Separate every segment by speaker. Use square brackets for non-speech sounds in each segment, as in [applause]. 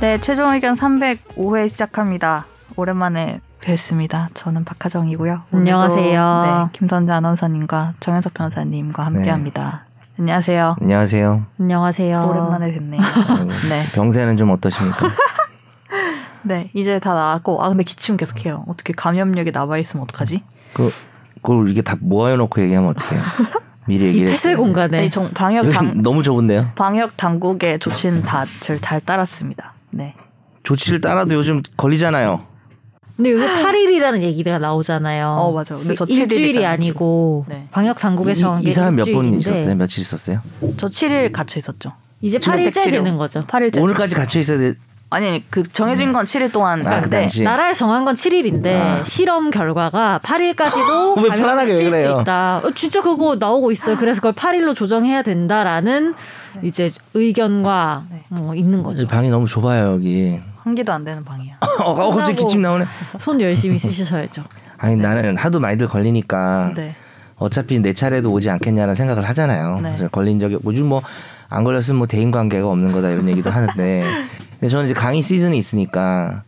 Speaker 1: 네, 최종 의견 305회 시작합니다. 오랜만에 뵙습니다. 저는 박하정이고요. 오늘도,
Speaker 2: 안녕하세요.
Speaker 1: 네, 김선재 아나운서님과 정현석 변호사님과
Speaker 3: 네.
Speaker 1: 함께합니다. 안녕하세요.
Speaker 3: 안녕하세요.
Speaker 2: 안녕하세요.
Speaker 1: 오랜만에 뵙네요. 네,
Speaker 3: 병세는 좀 어떠십니까?
Speaker 1: [laughs] 네, 이제 다 나았고, 아 근데 기침 계속해요. 어떻게 감염력이 남아 있으면 어떡하지?
Speaker 3: 그, 그걸 이렇게 다 모아놓고 얘기하면 어떡해요? 미리
Speaker 2: 이
Speaker 3: 얘기를
Speaker 2: 폐쇄
Speaker 3: 했어요.
Speaker 2: 공간에
Speaker 1: 아니, 네, 정, 방역
Speaker 3: 여기 [laughs]
Speaker 1: 당,
Speaker 3: 너무 좁은데요?
Speaker 1: 방역 당국의 조치는 다잘잘 따랐습니다. 네,
Speaker 3: 조치를 따라도 요즘 걸리잖아요.
Speaker 2: 근데 요새 8일이라는 얘기가 나오잖아요.
Speaker 1: 어, 맞아요. 근데 저
Speaker 2: 아. 일주일이
Speaker 1: 칠일이잖아요,
Speaker 2: 아니고
Speaker 1: 지금. 네.
Speaker 2: 방역 당국에서 정한
Speaker 3: 이,
Speaker 2: 게
Speaker 3: 이 사람 몇 분
Speaker 2: 일주일인데
Speaker 3: 있었어요? 며칠 있었어요?
Speaker 1: 저 7일 갇혀 있었죠.
Speaker 2: 이제
Speaker 1: 지금
Speaker 2: 8일째
Speaker 1: 백치료.
Speaker 2: 되는 거죠.
Speaker 1: 8일째.
Speaker 3: 오늘까지 갇혀 있어야 돼.
Speaker 1: 아니, 아니, 그 정해진 건 7일 동안
Speaker 3: 아, 그
Speaker 1: 근데
Speaker 3: 당시.
Speaker 2: 나라에 정한 건 7일인데
Speaker 3: 아.
Speaker 2: 실험 결과가 8일까지도
Speaker 3: [laughs] 왜 편안하게 왜 그래요?
Speaker 2: 수 있다. 어, 진짜 그거 나오고 있어요. 그래서 그걸 8일로 조정해야 된다라는 이제 의견과
Speaker 1: 네.
Speaker 2: 어, 있는 거죠.
Speaker 3: 방이 너무 좁아요 여기.
Speaker 1: 환기도 안 되는 방이야.
Speaker 3: 어, 어 갑자기
Speaker 2: 끝나고.
Speaker 3: 기침 나오네.
Speaker 2: 손 열심히 쓰셔야죠.
Speaker 3: 아니 나는 하도 많이들 걸리니까
Speaker 1: 네.
Speaker 3: 어차피 내 차례도 오지 않겠냐는 생각을 하잖아요.
Speaker 1: 네.
Speaker 3: 그래서 걸린 적이 요즘 뭐 안 걸렸으면 뭐 대인 관계가 없는 거다 이런 얘기도 하는데 근데 저는 이제 강의 시즌이 있으니까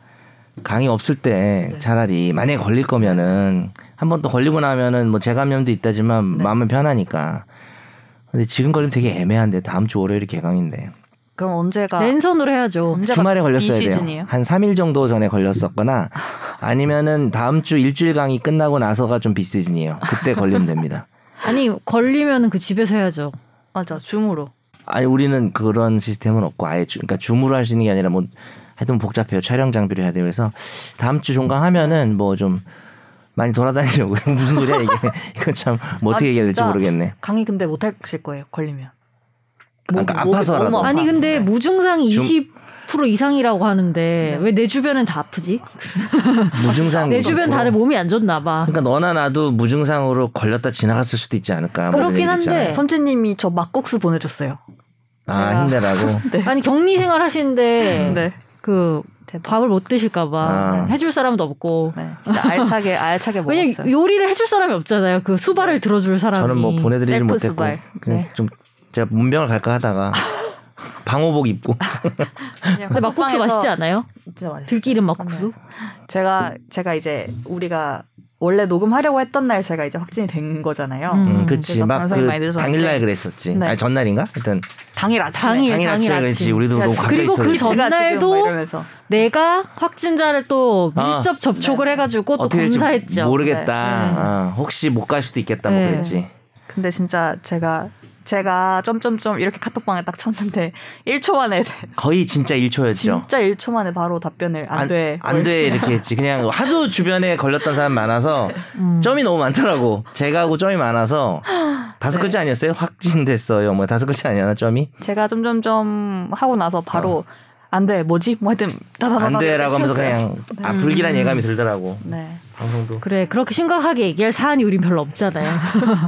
Speaker 3: 강의 없을 때
Speaker 1: 네.
Speaker 3: 차라리 만약에 걸릴 거면은 한 번 또 걸리고 나면은 뭐 재감염도 있다지만
Speaker 1: 네.
Speaker 3: 마음은 편하니까 근데 지금 걸리면 되게 애매한데 다음 주 월요일이 개강인데
Speaker 1: 그럼 언제가
Speaker 2: 랜선으로 해야죠.
Speaker 1: 언제가
Speaker 3: 주말에 걸렸어야
Speaker 1: 이
Speaker 3: 돼요.
Speaker 1: 시즌이에요?
Speaker 3: 한 3일 정도
Speaker 1: [laughs]
Speaker 3: 전에 걸렸었거나 아니면은 다음 주 일주일 강의 끝나고 나서가 좀 비시즌이에요. 그때 걸리면 됩니다.
Speaker 2: 아니 걸리면 그 집에서 해야죠.
Speaker 1: 맞아. 줌으로.
Speaker 3: 아니 우리는 그런 시스템은 없고 아예 주, 그러니까 줌으로 할 수 있는 게 아니라 뭐 하여튼 복잡해요 촬영 장비를 해야 돼요 그래서 다음 주 종강하면은 뭐 좀 많이 돌아다니려고요 [laughs] 무슨 소리야 이게 이거 참 뭐 어떻게
Speaker 1: 아,
Speaker 3: 얘기해야 될지
Speaker 1: 진짜.
Speaker 3: 모르겠네
Speaker 1: 강의 근데 못 하실 거예요. 걸리면.
Speaker 3: 그러니까 아파서라도.
Speaker 1: 몸 아파.
Speaker 2: 아니
Speaker 3: 네.
Speaker 2: 근데 무증상
Speaker 3: 줌-
Speaker 2: 20% 이상이라고 하는데
Speaker 3: 네.
Speaker 2: 왜 내 주변은 다 아프지?
Speaker 3: 무증상
Speaker 2: 내 주변 다들
Speaker 1: 뭐-
Speaker 2: 몸이 안 좋나
Speaker 3: [laughs]
Speaker 2: 봐.
Speaker 3: 그러니까 너나 나도 무증상으로 걸렸다 지나갔을 수도 있지 않을까 뭐 이런
Speaker 2: 그렇긴
Speaker 3: 얘기 있잖아요.
Speaker 2: 한데.
Speaker 1: 선재님이 저 막국수 보내줬어요. [laughs]
Speaker 3: 아 힘내라고
Speaker 2: 아니 격리 생활
Speaker 3: [laughs]
Speaker 2: 하시는데
Speaker 1: 네.
Speaker 2: 그 밥을 못 드실까 봐
Speaker 3: 아.
Speaker 2: 해줄 사람도 없고
Speaker 1: 네. 진짜 알차게 알차게
Speaker 2: 왜냐
Speaker 1: 먹었어요.
Speaker 2: 면 요리를 해줄 사람이 없잖아요. 그 수발을 들어줄 사람이.
Speaker 3: 네. 저는 뭐 보내드리질
Speaker 1: 셀프
Speaker 3: 못했고
Speaker 1: 수발.
Speaker 3: 그냥
Speaker 1: 네.
Speaker 3: 좀 제가 문병을 갈까
Speaker 1: [laughs]
Speaker 3: 하다가 방호복 입고
Speaker 2: 근데 막국수 맛있지 않아요?
Speaker 1: 진짜
Speaker 3: 네.
Speaker 1: 맛있어요.
Speaker 2: 들기름 막국수?
Speaker 1: 제가 제가 이제 우리가 원래 녹음하려고 했던 날 제가 이제 확진이 된 거잖아요.
Speaker 2: 음.
Speaker 3: 음, 그치
Speaker 1: 그래서
Speaker 3: 막
Speaker 1: 방송이 많이
Speaker 3: 그
Speaker 1: 늦어졌는데.
Speaker 3: 당일날 그랬었지
Speaker 1: 네.
Speaker 3: 아니 전날인가 하여튼
Speaker 1: 당일 아침에
Speaker 2: 당일,
Speaker 3: 당일 아침에 그랬지
Speaker 2: 아침.
Speaker 3: 우리도 너무 갑자기
Speaker 2: 그리고 그
Speaker 3: 소리.
Speaker 2: 전-
Speaker 1: 피치가 지금
Speaker 2: 전날도
Speaker 1: 막 이러면서.
Speaker 2: 내가 확진자를 또
Speaker 3: 아.
Speaker 2: 밀접 접촉을 해가지고 또
Speaker 3: 어떻게 될지
Speaker 2: 검사했죠.
Speaker 3: 모르겠다.
Speaker 2: 네.
Speaker 3: 아, 혹시 못 갈 수도 있겠다 뭐
Speaker 2: 네.
Speaker 3: 그랬지.
Speaker 1: 근데 진짜 제가 제가 점점점 이렇게 카톡방에 딱 쳤는데 1초 만에
Speaker 3: 거의 진짜 1초였죠.
Speaker 1: 진짜 1초 만에 바로 답변을 안, 돼.
Speaker 3: 안 돼. 이렇게 했지. 그냥 하도 주변에 걸렸던 사람 많아서
Speaker 2: 음.
Speaker 3: 점이 너무 많더라고. 제가 하고 점이 많아서
Speaker 2: 네.
Speaker 3: 다섯 글자 아니었어요? 확진됐어요. 뭐 다섯 글자 아니었나 점이?
Speaker 1: 제가 점점점 하고 나서 바로 안 돼. 뭐지? 뭐 하여튼 다다다다
Speaker 3: 어. 안 돼라고 하면서
Speaker 1: 치웠어요.
Speaker 3: 그냥 아 불길한
Speaker 2: 아, 음.
Speaker 3: 예감이 들더라고.
Speaker 1: 네.
Speaker 3: 방송도.
Speaker 2: 그래 그렇게 심각하게 얘기할 사안이 우린 별로 없잖아요.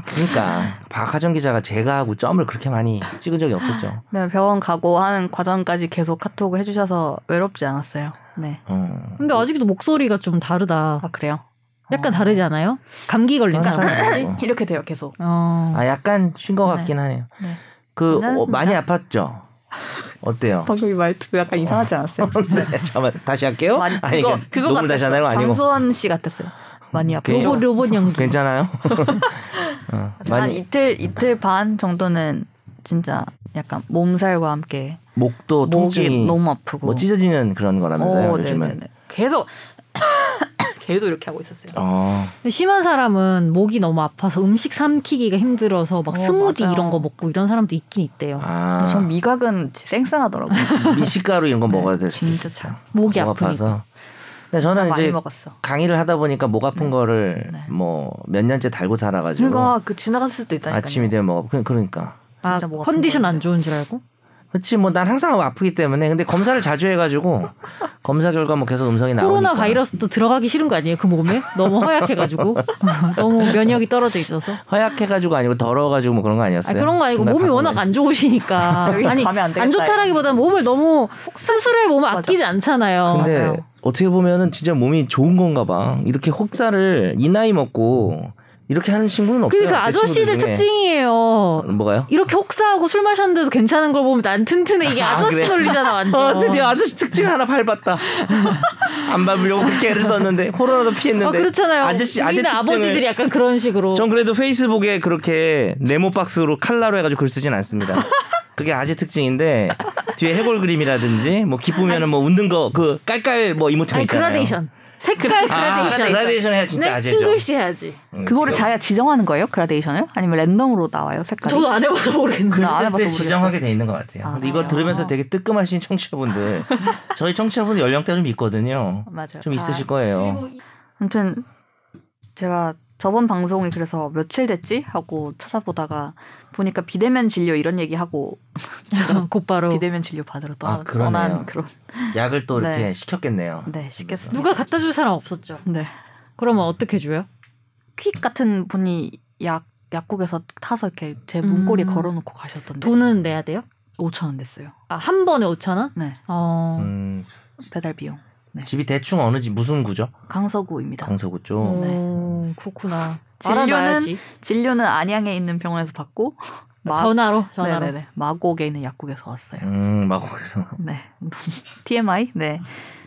Speaker 3: 그러니까 박하정 기자가 제가 하고 점을 그렇게 많이 찍은 적이 없었죠.
Speaker 1: 네, 병원 가고 하는 과정까지 계속 카톡을 해 주셔서 외롭지 않았어요. 네.
Speaker 3: 어.
Speaker 2: 근데 아직도 목소리가 좀 다르다.
Speaker 1: 아, 그래요.
Speaker 2: 약간
Speaker 1: 어.
Speaker 2: 다르지 않아요? 감기 걸린
Speaker 3: 약간
Speaker 2: 사람같이
Speaker 3: 다르죠.
Speaker 1: [laughs] 이렇게 돼요, 계속.
Speaker 2: 어.
Speaker 3: 어. 아 약간 쉰 것
Speaker 1: 네.
Speaker 3: 같긴 하네요.
Speaker 1: 네.
Speaker 3: 그
Speaker 1: 괜찮습니다.
Speaker 3: 어, 많이 아팠죠. 어때요?
Speaker 1: 방금 이 말투 약간 이상하지 않았어요?
Speaker 3: [laughs] 네, 잠깐 다시 할게요.
Speaker 1: 많이
Speaker 3: 아니
Speaker 1: 그거
Speaker 3: 그러니까
Speaker 1: 그거
Speaker 3: 녹음을 다시 하는 거 아니고
Speaker 1: 장수원 씨 같았어요. 많이 아프죠.
Speaker 3: 괜히-
Speaker 2: 로봇 로봇
Speaker 1: [laughs]
Speaker 2: 연기.
Speaker 3: 괜찮아요. 어,
Speaker 1: 한
Speaker 3: 많이
Speaker 1: 아, 이틀 이틀 반 정도는 진짜 약간 몸살과 함께
Speaker 3: 목도
Speaker 1: 목이
Speaker 3: 통증이
Speaker 1: 너무 아프고
Speaker 3: 뭐 찢어지는 그런 거라면서요
Speaker 1: 어,
Speaker 3: 요즘은.
Speaker 1: 네네네. 계속 [coughs] 계속 이렇게 하고 있었어요.
Speaker 3: 어,
Speaker 2: 심한 사람은 목이 너무 아파서 음식 삼키기가 힘들어서 막
Speaker 1: 어,
Speaker 2: 스무디
Speaker 1: 맞아요.
Speaker 2: 이런 거 먹고 이런 사람도 있긴 있대요.
Speaker 3: 아,
Speaker 1: 전 미각은 쌩쌩하더라고요. 네,
Speaker 3: 미식가루 이런 거 먹어야 될 수.
Speaker 1: 진짜 참
Speaker 2: 목이
Speaker 3: 목
Speaker 2: 아프니까.
Speaker 3: 아파서. 근데
Speaker 1: 진짜
Speaker 3: 저는
Speaker 1: 많이
Speaker 3: 이제
Speaker 1: 먹었어.
Speaker 3: 강의를 하다 보니까 목 아픈 거를
Speaker 1: 네.
Speaker 3: 뭐 몇 년째 달고 살아가지고
Speaker 1: 그러니까 그 지나갔을 수도 있다니까요.
Speaker 3: 아침이 되면 뭐 그- 그러니까.
Speaker 2: 아,
Speaker 1: 진짜 목 아픈
Speaker 2: 컨디션
Speaker 1: 거예요.
Speaker 2: 안 좋은 줄 알고?
Speaker 3: 그렇지 뭐 난 항상 아프기 때문에 근데 검사를 자주 해가지고 검사 결과 뭐 계속 음성이 나오니까
Speaker 2: 코로나 바이러스도 들어가기 싫은 거 아니에요? 그 몸에? 너무 허약해가지고. [laughs] 너무 면역이 떨어져 있어서.
Speaker 3: 허약해가지고 아니고 더러워가지고 뭐 그런 거
Speaker 2: 아,
Speaker 3: 아니었어요?
Speaker 2: 그런 거 아니고 몸이
Speaker 3: 중간
Speaker 2: 워낙
Speaker 3: 방문에.
Speaker 1: [laughs]
Speaker 2: 안 좋으시니까.
Speaker 3: [laughs]
Speaker 1: 여기
Speaker 2: 아니,
Speaker 1: 가면 안 되겠다.
Speaker 2: 안 좋다라기보다 몸을 너무 스스로의 몸을
Speaker 1: 맞아.
Speaker 2: 아끼지 않잖아요. 그
Speaker 3: 근데
Speaker 1: 맞아요.
Speaker 3: 어떻게 보면은 진짜 몸이 좋은 건가 봐. 이렇게 혹사를 이 나이 먹고 이렇게 하는 친구는 없어요.
Speaker 2: 그러니까
Speaker 3: 제 친구들
Speaker 2: 아저씨들
Speaker 3: 중에.
Speaker 2: 특징이에요.
Speaker 3: 뭐가요?
Speaker 2: 이렇게 혹사하고 술 마셨는데도 괜찮은 걸 보면 난 튼튼해. 이게
Speaker 3: 아,
Speaker 2: 아저씨
Speaker 3: 그래? [laughs]
Speaker 2: 논리잖아, 완전.
Speaker 3: 어, 드디어 아저씨 특징 하나 밟았다.
Speaker 2: [laughs]
Speaker 3: 안 밟으려고 그렇게 애를 썼는데 코로나도
Speaker 2: 아,
Speaker 3: 피했는데.
Speaker 2: 그렇잖아요.
Speaker 3: 아저씨 아재
Speaker 2: 우리는
Speaker 3: 특징을.
Speaker 2: 아버지들이 약간 그런 식으로.
Speaker 3: 전 그래도 페이스북에 그렇게 네모 박스로 칼라로 해가지고 글 쓰진 않습니다. 그게 아재 특징인데 뒤에 해골 그림이라든지 뭐 기쁘면은 뭐 웃는 거 그 깔깔 뭐 이모티콘
Speaker 2: 아니,
Speaker 3: 있잖아요.
Speaker 2: 그라데이션. 색깔
Speaker 3: 아,
Speaker 2: 그라데이션.
Speaker 3: 그라데이션 해야 진짜
Speaker 2: 네,
Speaker 3: 아재죠.
Speaker 2: 큰 글씨 해야지.
Speaker 3: 응,
Speaker 1: 음, 그거를
Speaker 3: 지금.
Speaker 1: 자야 지정하는 거예요? 그라데이션을? 아니면 랜덤으로 나와요 색깔이?
Speaker 2: 저도 안 해봐서 모르겠는데.
Speaker 3: 글
Speaker 1: 나안
Speaker 3: 쓸
Speaker 1: 해봐서
Speaker 3: 때
Speaker 1: 모르겠어요.
Speaker 3: 지정하게 돼 있는 것 같아요.
Speaker 1: 아,
Speaker 3: 근데 이거
Speaker 1: 그래요?
Speaker 3: 들으면서 되게 뜨끔하신 청취자분들, 저희 청취자분들 연령대 가좀 있거든요.
Speaker 1: 맞아요.
Speaker 3: 좀 있으실
Speaker 2: 그리고
Speaker 3: 거예요.
Speaker 1: 아무튼 제가 저번 방송이 그래서 며칠 됐지 하고 찾아보다가 보니까 비대면 진료 이런 얘기하고
Speaker 2: [laughs] 곧바로
Speaker 1: 비대면 진료 받으러 떠난,
Speaker 3: 아, 그러네요.
Speaker 1: 떠난 그런
Speaker 3: 약을 또 이렇게
Speaker 1: 네.
Speaker 3: 시켰겠네요.
Speaker 1: 네 시켰습니다.
Speaker 2: 누가 갖다 줄 사람 없었죠.
Speaker 1: 네.
Speaker 2: 그러면 어떻게 줘요?
Speaker 1: 퀵 같은 분이 약 약국에서 타서 이렇게 제 문고리에
Speaker 2: 음.
Speaker 1: 걸어놓고 가셨던데
Speaker 2: 돈은 내야 돼요?
Speaker 1: 5천 원 냈어요.
Speaker 2: 아, 한 번에 5천 원?
Speaker 1: 네
Speaker 2: 어.
Speaker 3: 음,
Speaker 1: 배달 비용
Speaker 3: 집이 대충 어느 집 무슨 구죠?
Speaker 1: 강서구입니다.
Speaker 3: 강서구
Speaker 2: 음.
Speaker 3: 쪽.
Speaker 2: 오, 그렇구나.
Speaker 1: 진료는
Speaker 2: 알아놔야지.
Speaker 1: 진료는 안양에 있는 병원에서 받고 마-
Speaker 2: 전화로 전화로.
Speaker 1: 네네네. 마곡에 있는 약국에서 왔어요.
Speaker 3: 음, 막 거기서
Speaker 1: 네 [laughs] TMI 네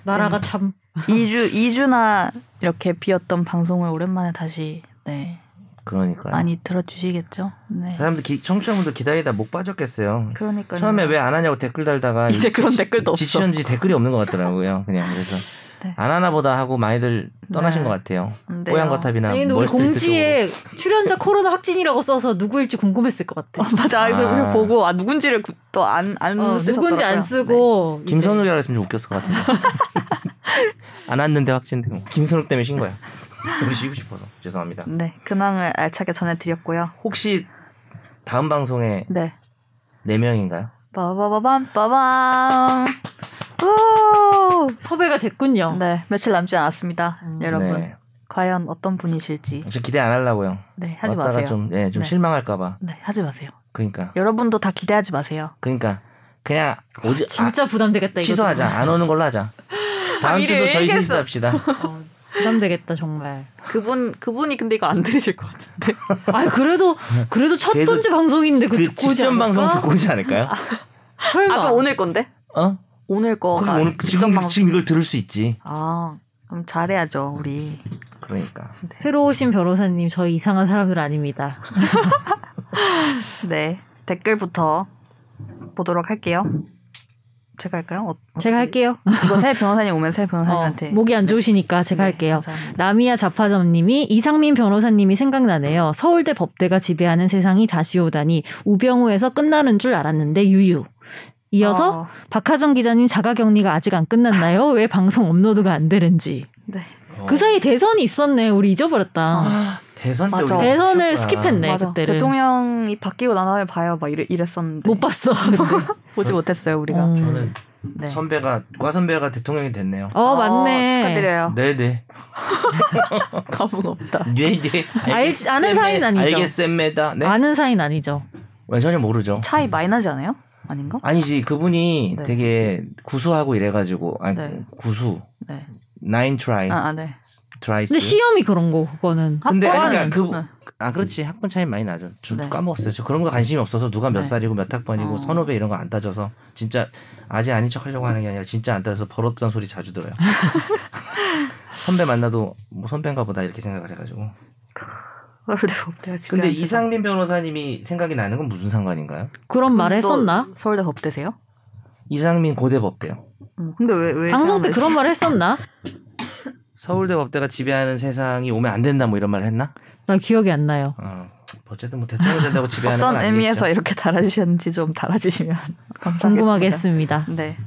Speaker 2: 나라가
Speaker 1: 음.
Speaker 2: 참
Speaker 1: 2주 2주나 이렇게 비었던 방송을 오랜만에 다시 네
Speaker 3: 그러니까요.
Speaker 1: 많이 들어주시겠죠. 네
Speaker 3: 사람들 기, 청취자분들 기다리다 목 빠졌겠어요.
Speaker 1: 그러니까
Speaker 3: 처음에 왜 안 하냐고 댓글 달다가
Speaker 1: 이제 그런 댓글도 없어.
Speaker 3: 지치는지 댓글이 없는 것 같더라고요. 그냥 그래서
Speaker 1: 네.
Speaker 3: 안 하나 보다 하고 많이들 떠나신
Speaker 1: 네.
Speaker 3: 것 같아요.
Speaker 1: 안 돼요.
Speaker 3: 뽀얀거탑이나 뭐
Speaker 2: 아니 근데 우리
Speaker 3: 월스트리트
Speaker 2: 공지에 출연자 코로나 확진이라고 써서 누구일지 궁금했을 것
Speaker 1: 어,
Speaker 2: 같아.
Speaker 1: 맞아 음, 아.
Speaker 3: 아.
Speaker 1: 저 보고 아 누군지를 또안안 쓰셨더라고요.
Speaker 2: 어,
Speaker 1: 네.
Speaker 2: 누군지 안 쓰고 이제
Speaker 3: 김선욱이라고 했으면 좀 웃겼을 것
Speaker 1: [laughs]
Speaker 3: 같은데. 안 왔는데 확진되고 김선욱 때문에 쉰 거야. 우리 쉬고 싶어서 죄송합니다.
Speaker 1: 네. 네 근황을 알차게 전해드렸고요.
Speaker 3: 혹시 다음 방송에
Speaker 1: 네
Speaker 3: 네 명인가요?
Speaker 1: 빠바바밤 빠밤 우!
Speaker 2: 섭외가 됐군요.
Speaker 1: 네 며칠 남지 않았습니다,
Speaker 2: 음.
Speaker 1: 여러분.
Speaker 3: 네.
Speaker 1: 과연 어떤 분이실지
Speaker 3: 저 기대 안 하려고요.
Speaker 1: 네 하지
Speaker 3: 왔다가
Speaker 1: 마세요.
Speaker 3: 좀, 예, 좀
Speaker 1: 네.
Speaker 3: 실망할까봐.
Speaker 1: 네 하지 마세요.
Speaker 3: 그러니까,
Speaker 1: 여러분도 다 기대하지 마세요.
Speaker 3: 그러니까 그냥 오지 아,
Speaker 2: 진짜 부담되겠다. 네, 이거.
Speaker 3: 취소하자. 안
Speaker 2: 그렇죠.
Speaker 3: 오는 걸로 하자. 다음
Speaker 1: 미리
Speaker 3: 주도 저희
Speaker 1: 얘기했어.
Speaker 2: [laughs]
Speaker 3: 실수합시다.
Speaker 2: 어, 부담되겠다 정말.
Speaker 1: 그분 그분이 근데 이거 안 들으실 것
Speaker 3: [laughs]
Speaker 1: 같은데.
Speaker 2: 아 그래도 그래도 첫
Speaker 3: 그래도
Speaker 2: 번째 방송인데 그
Speaker 3: 그
Speaker 2: 듣고 오지
Speaker 3: 직전
Speaker 2: 않을까?
Speaker 3: 방송 듣고 오지 않을까요?
Speaker 2: 설마.
Speaker 1: 아 그럼 오늘 건데?
Speaker 3: 어?
Speaker 1: 오늘 거가
Speaker 3: 그럼 오늘
Speaker 1: 직접
Speaker 3: 지금,
Speaker 1: 방송.
Speaker 3: 지금 이걸 들을 수 있지.
Speaker 1: 아 그럼 잘해야죠 우리.
Speaker 3: 그러니까.
Speaker 2: 새로 오신 변호사님 저희 이상한 사람들 아닙니다.
Speaker 1: 네 댓글부터 보도록 할게요. 제가 할까요? 어, 어떻게-
Speaker 2: 제가 할게요.
Speaker 1: 이거 새 변호사님 오면 새
Speaker 2: 어,
Speaker 1: 변호사님한테.
Speaker 2: 목이 안 좋으시니까 제가
Speaker 1: 네,
Speaker 2: 할게요.
Speaker 1: 감사합니다.
Speaker 2: 나미야 자파점님이 이상민 변호사님이 생각나네요. 서울대 법대가 지배하는 세상이 다시 오다니 우병우에서 끝나는 줄 알았는데 유유. 이어서
Speaker 1: 어,
Speaker 2: 박하정 기자님 자가격리가 아직 안
Speaker 1: [laughs]
Speaker 2: 끝났나요? 왜 방송 업로드가 안 되는지.
Speaker 1: 네.
Speaker 3: 어.
Speaker 2: [laughs] 그 사이 대선이 있었네. 우리
Speaker 1: 아.
Speaker 2: 잊어버렸다.
Speaker 3: 아, 대선 때
Speaker 1: 맞아.
Speaker 3: 우리
Speaker 2: 대선을
Speaker 3: 못 쳤구나.
Speaker 2: 스킵했네. 네,
Speaker 1: 맞아.
Speaker 2: 그때를.
Speaker 1: 대통령이 바뀌고 난 다음에 봐요. 막 이래, 이랬었는데. [laughs]
Speaker 2: 못 봤어.
Speaker 1: 보지 못했어요, 우리가.
Speaker 2: 음.
Speaker 3: 저는
Speaker 1: 네.
Speaker 3: 선배가 과 선배가 대통령이 됐네요.
Speaker 2: 어 맞네.
Speaker 1: 아, 축하드려요.
Speaker 3: 네네.
Speaker 1: 감흥 없다.
Speaker 3: 네네.
Speaker 2: 알- 어. [laughs] 아는 사이는 아니죠?
Speaker 3: 알겠습니다. 네.
Speaker 2: 아는 사이는 아니죠.
Speaker 3: 왜 전혀 모르죠.
Speaker 1: 차이 많이 나지 않아요? 아닌가?
Speaker 3: 아니지 그분이
Speaker 1: 네.
Speaker 3: 되게 구수하고 이래가지고 아니
Speaker 1: 네.
Speaker 3: 구수
Speaker 1: 네.
Speaker 3: 나인 트라이
Speaker 1: 아, 아 네.
Speaker 3: 트라이스.
Speaker 2: 근데 시험이 그런 거 그거는.
Speaker 3: 근데
Speaker 1: 학번은-
Speaker 3: 그러니까 그-
Speaker 1: 네.
Speaker 3: 아 그렇지 학번 차이 많이 나죠. 저
Speaker 1: 네.
Speaker 3: 까먹었어요. 저 그런 거 관심이 없어서 누가 몇
Speaker 1: 네.
Speaker 3: 살이고 몇 학번이고
Speaker 1: 어.
Speaker 3: 선후배 이런 거 안 따져서 진짜 아직 아닌 척 하려고 하는 게 아니라 진짜 안 따져서 버릇없다는 소리 자주 들어요. 선배 만나도 뭐 선배인가 보다 이렇게 생각을 해가지고.
Speaker 1: 서울대 법대가 지금.
Speaker 3: 근데 이상민 변호사님이 생각이 나는 건 무슨 상관인가요?
Speaker 2: 그런 말을 했었나?
Speaker 1: 서울대 법대세요?
Speaker 3: 이상민 고대법대요.
Speaker 1: 음, 근데 왜, 왜.
Speaker 2: 방송 때
Speaker 1: 생각나지?
Speaker 2: 그런 말을 했었나?
Speaker 3: 서울대 법대가 지배하는 세상이 오면 안 된다 뭐 이런 말을 했나?
Speaker 2: 나 기억이 안 나요.
Speaker 3: 어, 어쨌든 뭐 대통령 된다고 지배하는 건
Speaker 1: 어떤
Speaker 3: 아니겠죠.
Speaker 1: 의미에서 이렇게 달아주셨는지 좀 달아주시면 [laughs] 감사하겠습니다.
Speaker 2: 궁금하게 했습니다.
Speaker 1: 네.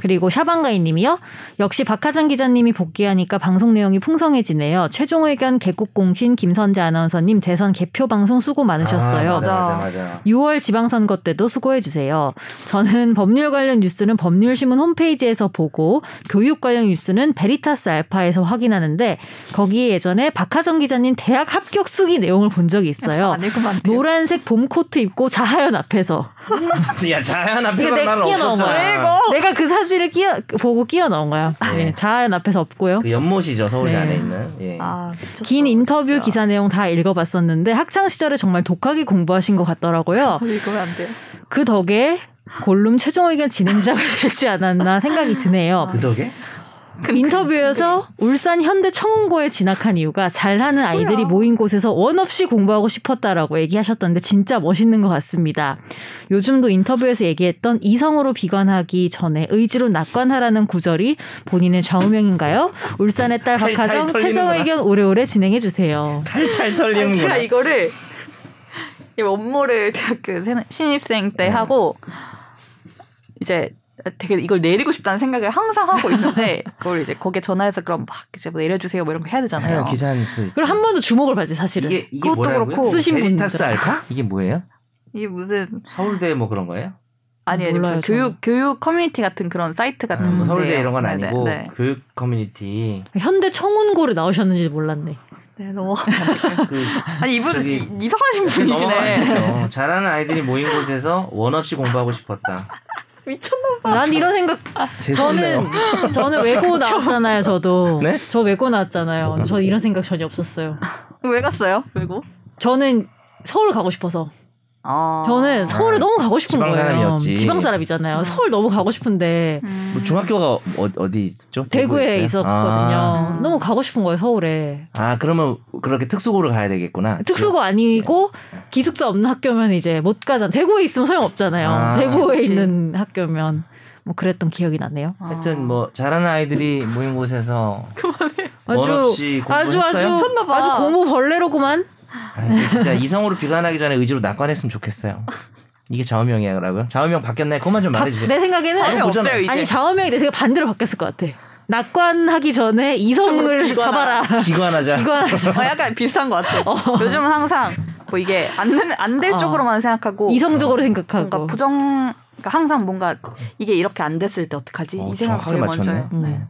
Speaker 2: 그리고 샤방가이님이요. 역시 박하정 기자님이 복귀하니까 방송 내용이 풍성해지네요. 최종 의견 개국 공신 김선재 아나운서님 대선 개표 방송 수고 많으셨어요.
Speaker 3: 아, 맞아, 맞아,
Speaker 1: 맞아.
Speaker 3: 맞아.
Speaker 2: 6월 지방선거 때도 수고해주세요. 저는 법률 관련 뉴스는 법률신문 홈페이지에서 보고 교육 관련 뉴스는 베리타스 알파에서 확인하는데 거기에 예전에 박하정 기자님 대학 합격 수기 내용을 본 적이
Speaker 3: 아,
Speaker 2: 있어요.
Speaker 3: 네.
Speaker 1: 안 읽으면 안 돼요.
Speaker 2: 노란색 봄 코트 입고 자하연 앞에서
Speaker 3: [laughs] 야 자연
Speaker 2: 이거
Speaker 3: 앞에서
Speaker 2: 내
Speaker 3: 말은
Speaker 2: 끼어 넣은
Speaker 3: 없었잖아.
Speaker 2: 거야. 내가 그 서지를 끼어 보고 끼어 넣은 거야.
Speaker 3: 네.
Speaker 2: 네, 자아연 앞에서 없고요.
Speaker 3: 그 연못이죠 서울시
Speaker 2: 네.
Speaker 3: 안에 있는. 예.
Speaker 1: 아, 미쳤어,
Speaker 2: 긴 인터뷰
Speaker 1: 진짜.
Speaker 2: 기사 내용 다 읽어봤었는데 학창 시절에 정말 독하게 공부하신 것 같더라고요.
Speaker 1: 어, 읽으면 안 돼요.
Speaker 2: 그 덕에 골룸 최종 의견 진행자가 [laughs] 되지 않았나 생각이 드네요.
Speaker 1: 아.
Speaker 3: 그 덕에
Speaker 2: 인터뷰에서 울산 현대 청운고에 진학한 이유가 잘하는 아이들이
Speaker 1: 뭐야.
Speaker 2: 모인 곳에서 원 없이 공부하고 싶었다라고 얘기하셨던데 진짜 멋있는 것 같습니다. 요즘도 인터뷰에서 얘기했던 이성으로 비관하기 전에 의지로 낙관하라는 구절이 본인의 좌우명인가요? 울산의 딸
Speaker 3: 탈, 탈
Speaker 2: 박하정
Speaker 3: 털리는구나.
Speaker 2: 최종 의견 오래오래 진행해 주세요.
Speaker 3: 탈탈
Speaker 1: 아니,
Speaker 3: 털리는
Speaker 1: 제가
Speaker 3: 거.
Speaker 1: 이거를 이 원모를 대학교 새- 신입생 때
Speaker 3: 네.
Speaker 1: 하고 이제 되게 이걸 내리고 싶다는 생각을 항상 하고 [laughs] 있는데 그걸 이제 거기에 전화해서 그럼 막 이제 뭐 내려주세요 뭐 이런 거 해야 되잖아요.
Speaker 3: 기사는 쓰-
Speaker 2: 그리고 한 번도 주목을 받지 사실은.
Speaker 3: 이게 이게
Speaker 1: 그것도
Speaker 3: 뭐라고요?
Speaker 1: 그렇고.
Speaker 2: 쓰신 분들.
Speaker 3: 베리타스 알파? [laughs] 이게 뭐예요?
Speaker 1: 이게 무슨
Speaker 3: 서울대 뭐 그런 거예요?
Speaker 1: 아니 아니
Speaker 2: 몰라요,
Speaker 1: 무슨 교육 교육 커뮤니티 같은 그런 사이트 같은
Speaker 3: 아, 뭐 서울대
Speaker 1: 건데요.
Speaker 3: 이런 건
Speaker 1: 네네,
Speaker 3: 아니고
Speaker 1: 네.
Speaker 3: 교육 커뮤니티.
Speaker 2: 현대 청운고를 나오셨는지 몰랐네.
Speaker 1: 네,
Speaker 3: [laughs]
Speaker 1: 너무 [laughs]
Speaker 3: 그
Speaker 1: 아니 이분
Speaker 3: 저기-
Speaker 1: 이- 이상하신 분이시네.
Speaker 3: 넘어가죠. 잘하는 아이들이 모인 곳에서 원 없이 공부하고 싶었다.
Speaker 1: [laughs] 미쳤나
Speaker 2: 난 이런 생각
Speaker 3: [laughs] 죄송해요.
Speaker 2: 저는 저는
Speaker 3: [laughs]
Speaker 2: 외고 나왔잖아요. 저도
Speaker 3: 네? 어.
Speaker 2: 저 외고 나왔잖아요. 저 이런 생각 전혀 없었어요.
Speaker 1: 봐. 왜 갔어요? 외고?
Speaker 2: 저는 서울 가고 싶어서
Speaker 1: 아.
Speaker 2: 저는 서울에
Speaker 3: 아,
Speaker 2: 너무 가고 싶은
Speaker 3: 지방
Speaker 2: 거예요.
Speaker 3: 사람이었지.
Speaker 2: 지방 사람이잖아요.
Speaker 1: 음.
Speaker 2: 서울 너무 가고 싶은데
Speaker 1: 음.
Speaker 3: 뭐 중학교가 어, 디 있었죠?
Speaker 2: 대구에
Speaker 3: 있어요?
Speaker 2: 있었거든요.
Speaker 1: 아.
Speaker 2: 너무 가고 싶은 거예요. 서울에
Speaker 3: 아, 그러면 그렇게 특수고를 가야 되겠구나.
Speaker 2: 특수고 아니고 기숙사 없는 학교면 이제 못 가잖아. 대구에 있으면 소용 없잖아요.
Speaker 3: 아.
Speaker 2: 대구에
Speaker 1: 그치.
Speaker 2: 있는 학교면 뭐 그랬던 기억이 나네요.
Speaker 1: 아.
Speaker 3: 하여튼 뭐 잘하는 아이들이 모인 곳에서 원
Speaker 2: 아주
Speaker 3: 없이
Speaker 2: 아주 아주
Speaker 3: 공부했어요.
Speaker 1: 미쳤나 봐.
Speaker 2: 아주 공부 벌레로구만.
Speaker 3: 아이, 진짜 이성으로 비관하기 전에 의지로 낙관했으면 좋겠어요. 이게 좌우명이라고요? 좌우명 바뀌었나요? 그것만 좀
Speaker 2: 박-
Speaker 3: 말해주세요.
Speaker 2: 내 생각에는
Speaker 1: 전혀
Speaker 3: 보잖아.
Speaker 1: 없어요 이제.
Speaker 2: 아니 좌우명이 내 생각 반대로 바뀌었을 것 같아. 낙관하기 전에 이성을
Speaker 1: 비관하-
Speaker 2: 잡아라.
Speaker 3: 비관하자.
Speaker 2: 비관하자.
Speaker 1: 어, 약간 비슷한 것
Speaker 3: [laughs]
Speaker 1: 같아요.
Speaker 3: 어.
Speaker 1: 요즘은 항상 뭐 이게 안안 될
Speaker 2: 어.
Speaker 1: 쪽으로만 생각하고
Speaker 2: 이성적으로 생각하고.
Speaker 1: 뭔가 부정 그러니까 항상 뭔가 이게 이렇게 안 됐을 때 어떡하지?
Speaker 3: 어,
Speaker 1: 이 생각
Speaker 3: 정확하게
Speaker 1: 제일 먼저
Speaker 3: 맞췄네.
Speaker 1: 해요.
Speaker 3: 네.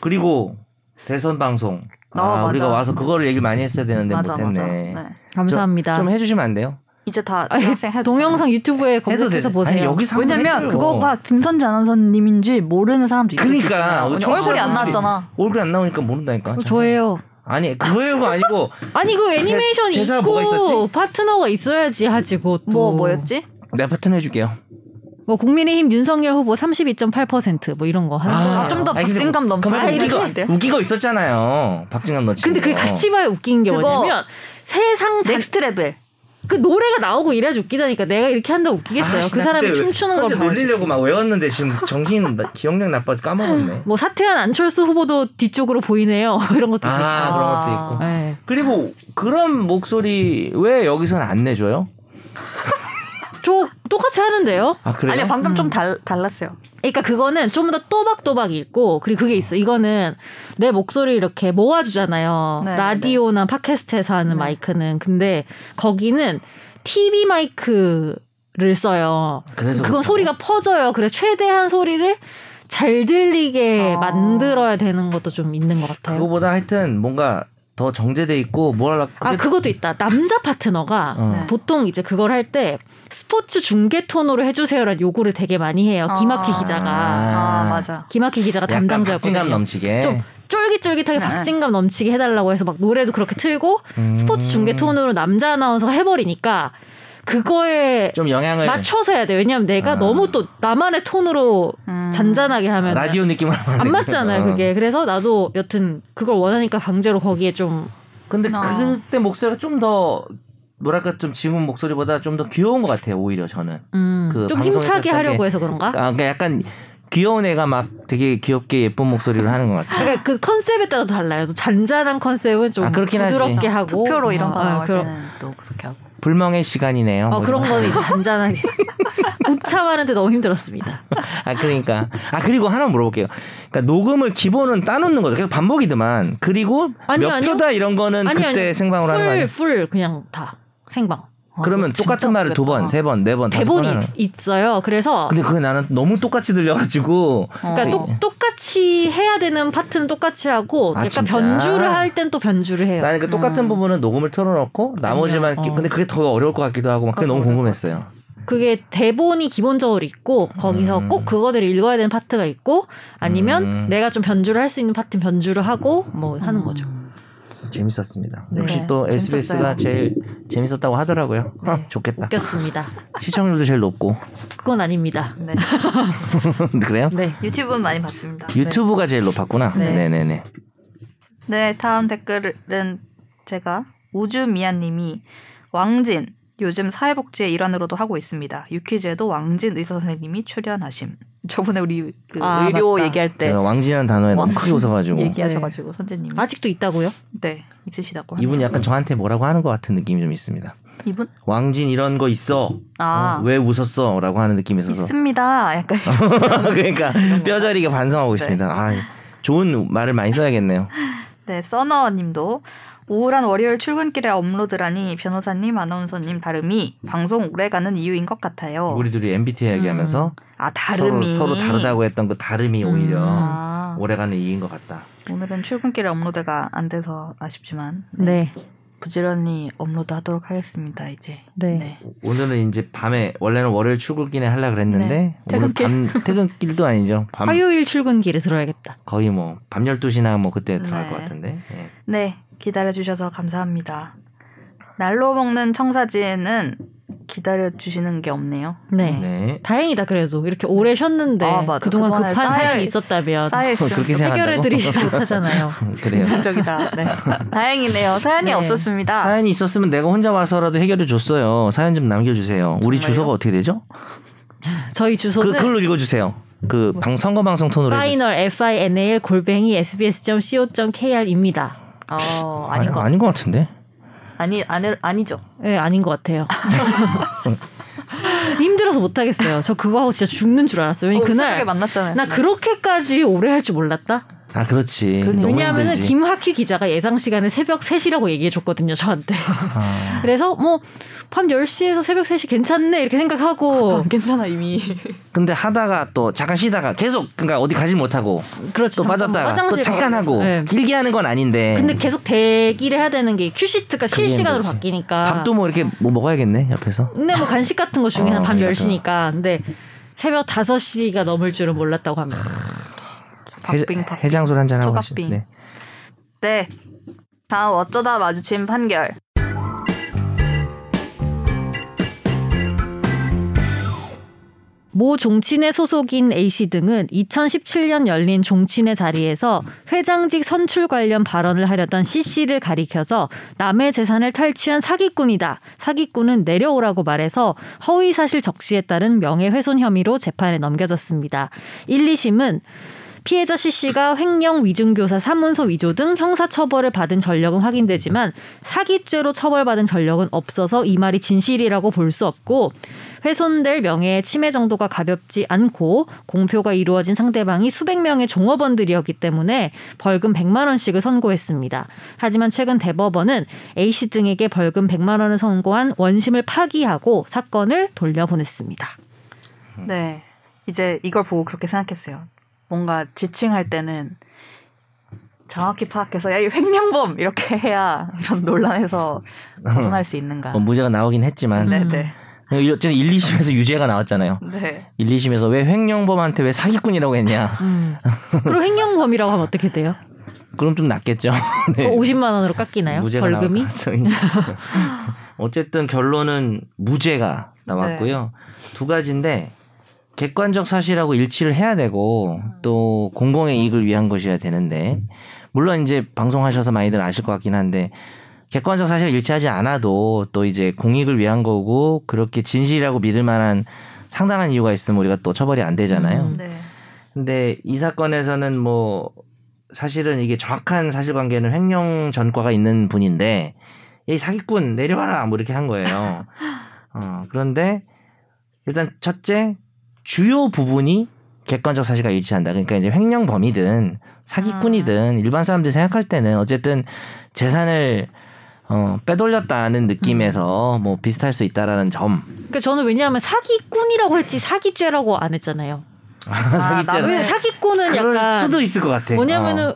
Speaker 3: 그리고 대선 방송. 아,
Speaker 1: 어,
Speaker 3: 우리가
Speaker 1: 맞아.
Speaker 3: 와서 그거를 얘기를 많이 했어야 되는데
Speaker 1: 맞아 맞아.
Speaker 3: 못했네.
Speaker 1: 네.
Speaker 2: 감사합니다.
Speaker 3: 좀 해주시면 안 돼요?
Speaker 1: 이제 다
Speaker 2: 아니,
Speaker 1: 학생 해도
Speaker 2: 동영상 유튜브에 검색해서
Speaker 3: 돼.
Speaker 2: 보세요.
Speaker 3: 아니, 여기서 한번
Speaker 1: 왜냐면
Speaker 3: 해줘요.
Speaker 1: 그거가 김선재 아나운서님인지 모르는 사람도 있을 수
Speaker 3: 그러니까,
Speaker 1: 있잖아요.
Speaker 3: 어,
Speaker 1: 왜냐면 얼굴이 안
Speaker 3: 청취자분들이-
Speaker 1: 나왔잖아.
Speaker 3: 얼굴이 안 나오니까 모른다니까.
Speaker 2: 어, 저예요.
Speaker 3: 아니 그거가 아니고
Speaker 2: 아니 그 애니메이션이
Speaker 3: 대사가
Speaker 2: 있고
Speaker 3: 뭐가 있었지?
Speaker 2: 파트너가 있어야지 하지 그것도.
Speaker 1: 뭐 뭐였지?
Speaker 3: 내 파트너 해줄게요.
Speaker 2: 뭐 국민의힘 윤석열 후보 32.8%뭐 이런 거 하는 거예요.
Speaker 1: 아, 좀더
Speaker 3: 아니, 근데
Speaker 1: 박진감 넘치는
Speaker 3: 그만
Speaker 1: 이런
Speaker 3: 웃기고
Speaker 1: 거안 돼요?
Speaker 3: 웃기고 있었잖아요. 박진감 넘치.
Speaker 2: 근데 그게 같이 봐야 웃긴 게
Speaker 1: 그거-
Speaker 2: 뭐냐면 세상 자,
Speaker 1: 넥스트 레벨.
Speaker 2: 그 노래가 나오고 이래야지 웃기다니까 내가 이렇게 한다
Speaker 3: 아,
Speaker 2: 웃기겠어요. 그 사람이 춤추는 걸 봐야지.
Speaker 3: 놀리려고 막 외웠는데 지금 그 정신이 나- 기억력 나빠 까먹었네.
Speaker 2: 뭐 사퇴한 안철수 후보도 뒤쪽으로 보이네요. [laughs] 이런 것도
Speaker 3: 아
Speaker 2: 있어요.
Speaker 1: 있어.
Speaker 3: 그런
Speaker 1: 아.
Speaker 3: 것도 있고.
Speaker 2: 네.
Speaker 3: 그리고 그런 목소리 왜 여기서는 안 내줘요?
Speaker 2: 저 똑같이 하는데요.
Speaker 3: 아 그래요?
Speaker 1: 아니 방금
Speaker 2: 음.
Speaker 1: 좀 달, 달랐어요.
Speaker 2: 그러니까 그거는 좀 더 또박또박 읽고 그리고 그게 있어. 이거는 내 목소리 이렇게 모아주잖아요.
Speaker 1: 네,
Speaker 2: 라디오나 팟캐스트에서 하는
Speaker 1: 네.
Speaker 2: 마이크는 근데 거기는 TV 마이크를 써요.
Speaker 3: 그래서
Speaker 2: 그건
Speaker 3: 그렇구나.
Speaker 2: 소리가 퍼져요. 그래서 최대한 소리를 잘 들리게
Speaker 1: 아.
Speaker 2: 만들어야 되는 것도 좀 있는 것 같아요.
Speaker 3: 그거보다 하여튼 뭔가 더 정제돼 있고 뭘 할라
Speaker 2: 아 그것도 있다. 남자 파트너가
Speaker 3: 어.
Speaker 1: 네.
Speaker 2: 보통 이제 그걸 할 때 스포츠 중계 톤으로 해주세요라는 요구를 되게 많이 해요. 김학희
Speaker 1: 아.
Speaker 2: 기자가
Speaker 1: 아,
Speaker 3: 아.
Speaker 1: 맞아.
Speaker 2: 김학희 기자가
Speaker 3: 약간 박진감
Speaker 2: 담당자였거든요.
Speaker 3: 넘치게
Speaker 2: 좀 쫄깃쫄깃하게
Speaker 1: 네.
Speaker 2: 박진감 넘치게 해달라고 해서 막 노래도 그렇게 틀고
Speaker 3: 음.
Speaker 2: 스포츠 중계 톤으로 남자 아나운서가 해버리니까 그거에
Speaker 3: 좀 영향을
Speaker 2: 맞춰서 해야 돼. 왜냐면 내가
Speaker 3: 네. 아.
Speaker 2: 너무 또 나만의 톤으로
Speaker 1: 음.
Speaker 2: 잔잔하게 하면
Speaker 3: 라디오 어. 느낌을
Speaker 2: 안 맞잖아요. 그게 그래서 나도 여튼 그걸 원하니까 강제로 거기에 좀
Speaker 3: 근데
Speaker 1: 어.
Speaker 3: 그때 목소리가 좀 더 뭐랄까 좀 지금 목소리보다 좀 더 귀여운 것 같아요. 오히려 저는.
Speaker 2: 음,
Speaker 3: 그
Speaker 2: 좀
Speaker 3: 방송에서
Speaker 2: 힘차게
Speaker 3: 했던
Speaker 2: 하려고
Speaker 3: 게-
Speaker 2: 해서 그런가?
Speaker 3: 아, 그러니까 약간 귀여운 애가 막 되게 귀엽게 예쁜 목소리로 하는 것 같아요.
Speaker 2: 그러니까 그 컨셉에 따라 잔달라요. 잔잔한 컨셉은 좀
Speaker 3: 아, 그렇긴 하지.
Speaker 2: 부드럽게 하고
Speaker 1: 투표로 이런 거
Speaker 2: 어,
Speaker 1: 나올
Speaker 2: 그런-
Speaker 1: 때는 또 그렇게 하고.
Speaker 3: 불멍의 시간이네요.
Speaker 2: 어,
Speaker 3: 뭐
Speaker 2: 그런
Speaker 3: 이런
Speaker 2: 거는 이제
Speaker 3: [laughs]
Speaker 2: 잔잔하게 우참하는데 너무 힘들었습니다.
Speaker 3: 아 그러니까 아 그리고 하나 물어볼게요. 그러니까 녹음을 기본은 따놓는 거죠. 계속 반복이더만 그리고
Speaker 2: 아니요,
Speaker 3: 몇
Speaker 2: 아니요.
Speaker 3: 표다 이런 거는
Speaker 2: 아니요,
Speaker 3: 그때
Speaker 2: 아니요.
Speaker 3: 생방으로 하는 거 아니에요?
Speaker 2: 풀 풀 그냥 다 생방. 어, 뭐
Speaker 3: 그러면
Speaker 1: 진짜
Speaker 3: 똑같은 말을 두 번,
Speaker 1: 모르겠다.
Speaker 3: 세 번, 네 번, 다섯 번
Speaker 2: 대본이
Speaker 3: 하는. 거.
Speaker 2: 있어요. 그래서
Speaker 3: 근데 그게 나는 너무 똑같이 들려가지고
Speaker 2: 그러니까
Speaker 1: 어.
Speaker 3: 네.
Speaker 2: 똑, 똑같이 해야 되는 파트는 똑같이 하고
Speaker 3: 아,
Speaker 2: 약간
Speaker 3: 진짜?
Speaker 2: 변주를 할 땐 또 변주를 해요.
Speaker 3: 나는 그 똑같은 부분은 녹음을 틀어놓고 나머지만
Speaker 2: 아니요.
Speaker 3: 끼-
Speaker 2: 어.
Speaker 3: 근데 그게 더 어려울 것 같기도 하고 막 그게
Speaker 1: 그거
Speaker 3: 너무
Speaker 1: 어려울
Speaker 3: 궁금했어요.
Speaker 2: 그게 대본이 기본적으로 있고 거기서
Speaker 3: 음.
Speaker 2: 꼭 그거들을 읽어야 되는 파트가 있고 아니면
Speaker 3: 음.
Speaker 2: 내가 좀 변주를 할 수 있는 파트 는 변주를 하고 뭐 하는 거죠.
Speaker 1: 음.
Speaker 3: 재밌었습니다.
Speaker 2: 네,
Speaker 3: 역시 또
Speaker 4: 재밌었어요.
Speaker 3: SBS가 제일 재밌었다고 하더라고요. 어,
Speaker 2: 네.
Speaker 3: 좋겠다.
Speaker 2: 웃겼습니다.
Speaker 3: 시청률도 제일 높고 [laughs]
Speaker 2: 그건 아닙니다.
Speaker 4: 네.
Speaker 3: 그래요?
Speaker 2: 네.
Speaker 4: 유튜브는 많이 봤습니다.
Speaker 3: 네. 유튜브가 제일 높았구나.
Speaker 2: 네.
Speaker 3: 네. 네네
Speaker 4: 네, 다음 댓글은 제가 우주미아님이 왕진 요즘 사회복지의 일환으로도 하고 있습니다. 유퀴즈에도 왕진 의사 선생님이 출연하심. 저번에 우리 그
Speaker 2: 아,
Speaker 4: 의료
Speaker 2: 맞다.
Speaker 4: 얘기할 때
Speaker 1: [laughs]
Speaker 3: 제가 왕진한 단어에 너무
Speaker 4: 왕진
Speaker 3: 크게 웃어가지고
Speaker 4: [laughs] 얘기하셔가지고 선생님이
Speaker 2: 네. 아직도 있다고요?
Speaker 4: 네 있으시다고
Speaker 3: 이분
Speaker 4: 하네요.
Speaker 3: 약간 저한테 뭐라고 하는 것 같은 느낌이 좀 있습니다.
Speaker 4: 이분
Speaker 3: 왕진 이런 거 있어.
Speaker 4: 아
Speaker 3: 어, 왜 웃었어? 라고 하는 느낌이 있어서.
Speaker 4: 있습니다. 약간
Speaker 3: [laughs]
Speaker 4: [laughs]
Speaker 3: 그러니까 뼈저리게 반성하고 있습니다. 아, 좋은 말을 많이 써야겠네요.
Speaker 4: 네, 써너님도 우울한 월요일 출근길에 업로드라니 변호사님, 아나운서님 다름이 방송 오래가는 이유인 것 같아요.
Speaker 3: 우리 둘이 MBTI 얘기하면서
Speaker 4: 아
Speaker 3: 서로,
Speaker 4: 다름이
Speaker 3: 서로 다르다고 했던 그 다름이 오히려
Speaker 4: 아,
Speaker 3: 오래가는 이인 것 같다.
Speaker 4: 오늘은 출근길에 업로드가 안 돼서 아쉽지만
Speaker 2: 네.
Speaker 4: 부지런히 업로드하도록 하겠습니다. 이제
Speaker 2: 네.
Speaker 3: 오늘은 이제 밤에 원래는 월요일 출근길에 하려고 그랬는데
Speaker 4: 네.
Speaker 3: 오늘 밤 [laughs] 퇴근길도 아니죠. 밤
Speaker 2: 화요일 출근길에 들어야겠다.
Speaker 3: 거의 뭐 밤 12시나 뭐 그때 들어갈
Speaker 4: 네.
Speaker 3: 것 같은데. 예.
Speaker 4: 네, 기다려주셔서 감사합니다. 날로 먹는 청사진은 기다려주시는 게 없네요.
Speaker 2: 네.
Speaker 3: 네.
Speaker 2: 다행이다 그래도 이렇게 오래 쉬었는데
Speaker 4: 아, 맞아.
Speaker 2: 그동안
Speaker 4: 그동안에
Speaker 2: 급한
Speaker 4: 쌓여-
Speaker 2: 사연이 있었다면
Speaker 4: 쌓여있으면
Speaker 3: 그렇게
Speaker 4: 좀
Speaker 3: 생각한다고?
Speaker 2: 해결해 드리지
Speaker 3: [laughs]
Speaker 2: 못하잖아요.
Speaker 3: 그래요.
Speaker 4: 긍정적이다. 네. 다행이네요. 사연이
Speaker 2: 네.
Speaker 4: 없었습니다.
Speaker 3: 사연이 있었으면 내가 혼자 와서라도 해결해 줬어요. 사연 좀 남겨주세요. 우리
Speaker 4: 정말요?
Speaker 3: 주소가 어떻게 되죠?
Speaker 2: 저희
Speaker 3: 그
Speaker 2: 주소는
Speaker 3: 글로 읽어주세요. 그 방, 선거 방송 톤으로 해주세요.
Speaker 2: 파이널 f i n a l 골뱅이 sbs.co.kr입니다.
Speaker 4: 어, 아닌 것
Speaker 3: 아닌 것 같은데.
Speaker 4: 아니 아니 아니죠.
Speaker 2: 예, 네, 아닌 것
Speaker 3: [laughs]
Speaker 2: 같아요. 힘들어서 못 하겠어요. 저 그거 하고 진짜 죽는 줄 알았어요. 왜냐
Speaker 4: 어,
Speaker 2: 그날
Speaker 4: 새벽에 만났잖아요.
Speaker 2: 나 그렇게까지 오래 할 줄 몰랐다.
Speaker 3: 아 그렇지.
Speaker 4: 그러네요.
Speaker 3: 너무
Speaker 2: 그러니까 왜냐하면은
Speaker 3: 힘들지.
Speaker 2: 김학희 기자가 예상 시간을 새벽 3시라고 얘기해 줬거든요, 저한테. [laughs]
Speaker 3: 아,
Speaker 2: 그래서 뭐 밤 10시에서 새벽 3시 괜찮네 이렇게 생각하고
Speaker 4: 어, 괜찮아 이미.
Speaker 3: 근데 하다가 또 잠깐 쉬다가 계속 그러니까 어디 가지 못하고
Speaker 2: 그렇죠.
Speaker 3: 또 빠졌다가 또
Speaker 2: 화장실
Speaker 3: 잠깐
Speaker 2: 가고
Speaker 3: 하고
Speaker 2: 네.
Speaker 3: 길게 하는 건 아닌데.
Speaker 2: 근데 그 계속 대기를 해야 되는 게 큐시트가
Speaker 3: 그게
Speaker 2: 실시간으로
Speaker 3: 힘들지.
Speaker 2: 바뀌니까
Speaker 3: 밥도 뭐 이렇게 뭐 먹어야겠네 옆에서.
Speaker 2: 근데 뭐 간식 같은 거 중에
Speaker 3: 어,
Speaker 2: 한밤
Speaker 3: 그러니까.
Speaker 2: 10시니까. 근데 새벽 5시가 넘을 줄은 몰랐다고 합니다.
Speaker 4: 박빙 박빙.
Speaker 3: 해, 장술 한잔 하고
Speaker 4: 초밥빙.
Speaker 3: 가시- 네.
Speaker 4: 네. 다음 어쩌다 마주친 판결.
Speaker 2: 모 종친회 소속인 A씨 등은 2017년 열린 종친회 자리에서 회장직 선출 관련 발언을 하려던 C씨를 가리켜서 남의 재산을 탈취한 사기꾼이다. 사기꾼은 내려오라고 말해서 허위사실 적시에 따른 명예훼손 혐의로 재판에 넘겨졌습니다. 1, 2심은 피해자 C씨가 횡령 위증교사 사문서 위조 등 형사처벌을 받은 전력은 확인되지만 사기죄로 처벌받은 전력은 없어서 이 말이 진실이라고 볼 수 없고 훼손될 명예의 침해 정도가 가볍지 않고 공표가 이루어진 상대방이 수백 명의 종업원들이었기 때문에 벌금 100만 원씩을 선고했습니다. 하지만 최근 대법원은 A씨 등에게 벌금 100만 원을 선고한 원심을 파기하고 사건을 돌려보냈습니다.
Speaker 4: 네. 이제 이걸 보고 그렇게 생각했어요. 뭔가 지칭할 때는 정확히 파악해서 야이 횡령범 이렇게 해야 이런 논란에서 벗어날 수 있는가.
Speaker 3: 뭐 무죄가 나오긴 했지만
Speaker 4: 아. 네, 네.
Speaker 3: 어쨌든 1, 2심에서 유죄가 나왔잖아요.
Speaker 4: 네.
Speaker 3: 1, 2심에서 왜 횡령범한테 왜 사기꾼이라고 했냐?
Speaker 2: 그리고 횡령범이라고 하면 어떻게 돼요?
Speaker 3: 그럼 좀 낫겠죠. [laughs] 네.
Speaker 2: 50만 원으로 깎이나요?
Speaker 3: 무죄가
Speaker 2: 벌금이?
Speaker 3: 나올 가능성이
Speaker 2: [laughs]
Speaker 3: 있어요. 어쨌든 결론은 무죄가 나왔고요.
Speaker 2: 네.
Speaker 3: 두 가지인데 객관적 사실하고 일치를 해야 되고 또 공공의 이익을 위한 것이어야 되는데 물론 이제 방송하셔서 많이들 아실 것 같긴 한데 객관적 사실 일치하지 않아도 또 이제 공익을 위한 거고 그렇게 진실이라고 믿을 만한 상당한 이유가 있으면 우리가 또 처벌이 안 되잖아요.
Speaker 2: 음.
Speaker 4: 네.
Speaker 3: 근데 이 사건에서는 뭐 사실은 이게 정확한 사실관계는 횡령 전과가 있는 분인데 이 사기꾼 내려와라 뭐 이렇게 한
Speaker 2: [laughs]
Speaker 3: 거예요. 어, 그런데 일단 첫째 주요 부분이 객관적 사실과 일치한다. 그러니까 이제 횡령범이든
Speaker 2: 아.
Speaker 3: 사기꾼이든 일반 사람들이 생각할 때는 어쨌든 재산을 어, 빼돌렸다는 느낌에서
Speaker 2: 음.
Speaker 3: 뭐 비슷할 수 있다라는 점. [laughs]
Speaker 2: 그러니까 저는 왜냐하면 사기꾼이라고 했지 사기죄라고 안 했잖아요.
Speaker 4: 아,
Speaker 3: 사기죄는
Speaker 4: 나를
Speaker 2: 왜 사기꾼은
Speaker 3: 네. 그럴
Speaker 2: 약간
Speaker 3: 수도 있을 것 같아.
Speaker 2: 뭐냐면은
Speaker 3: 어.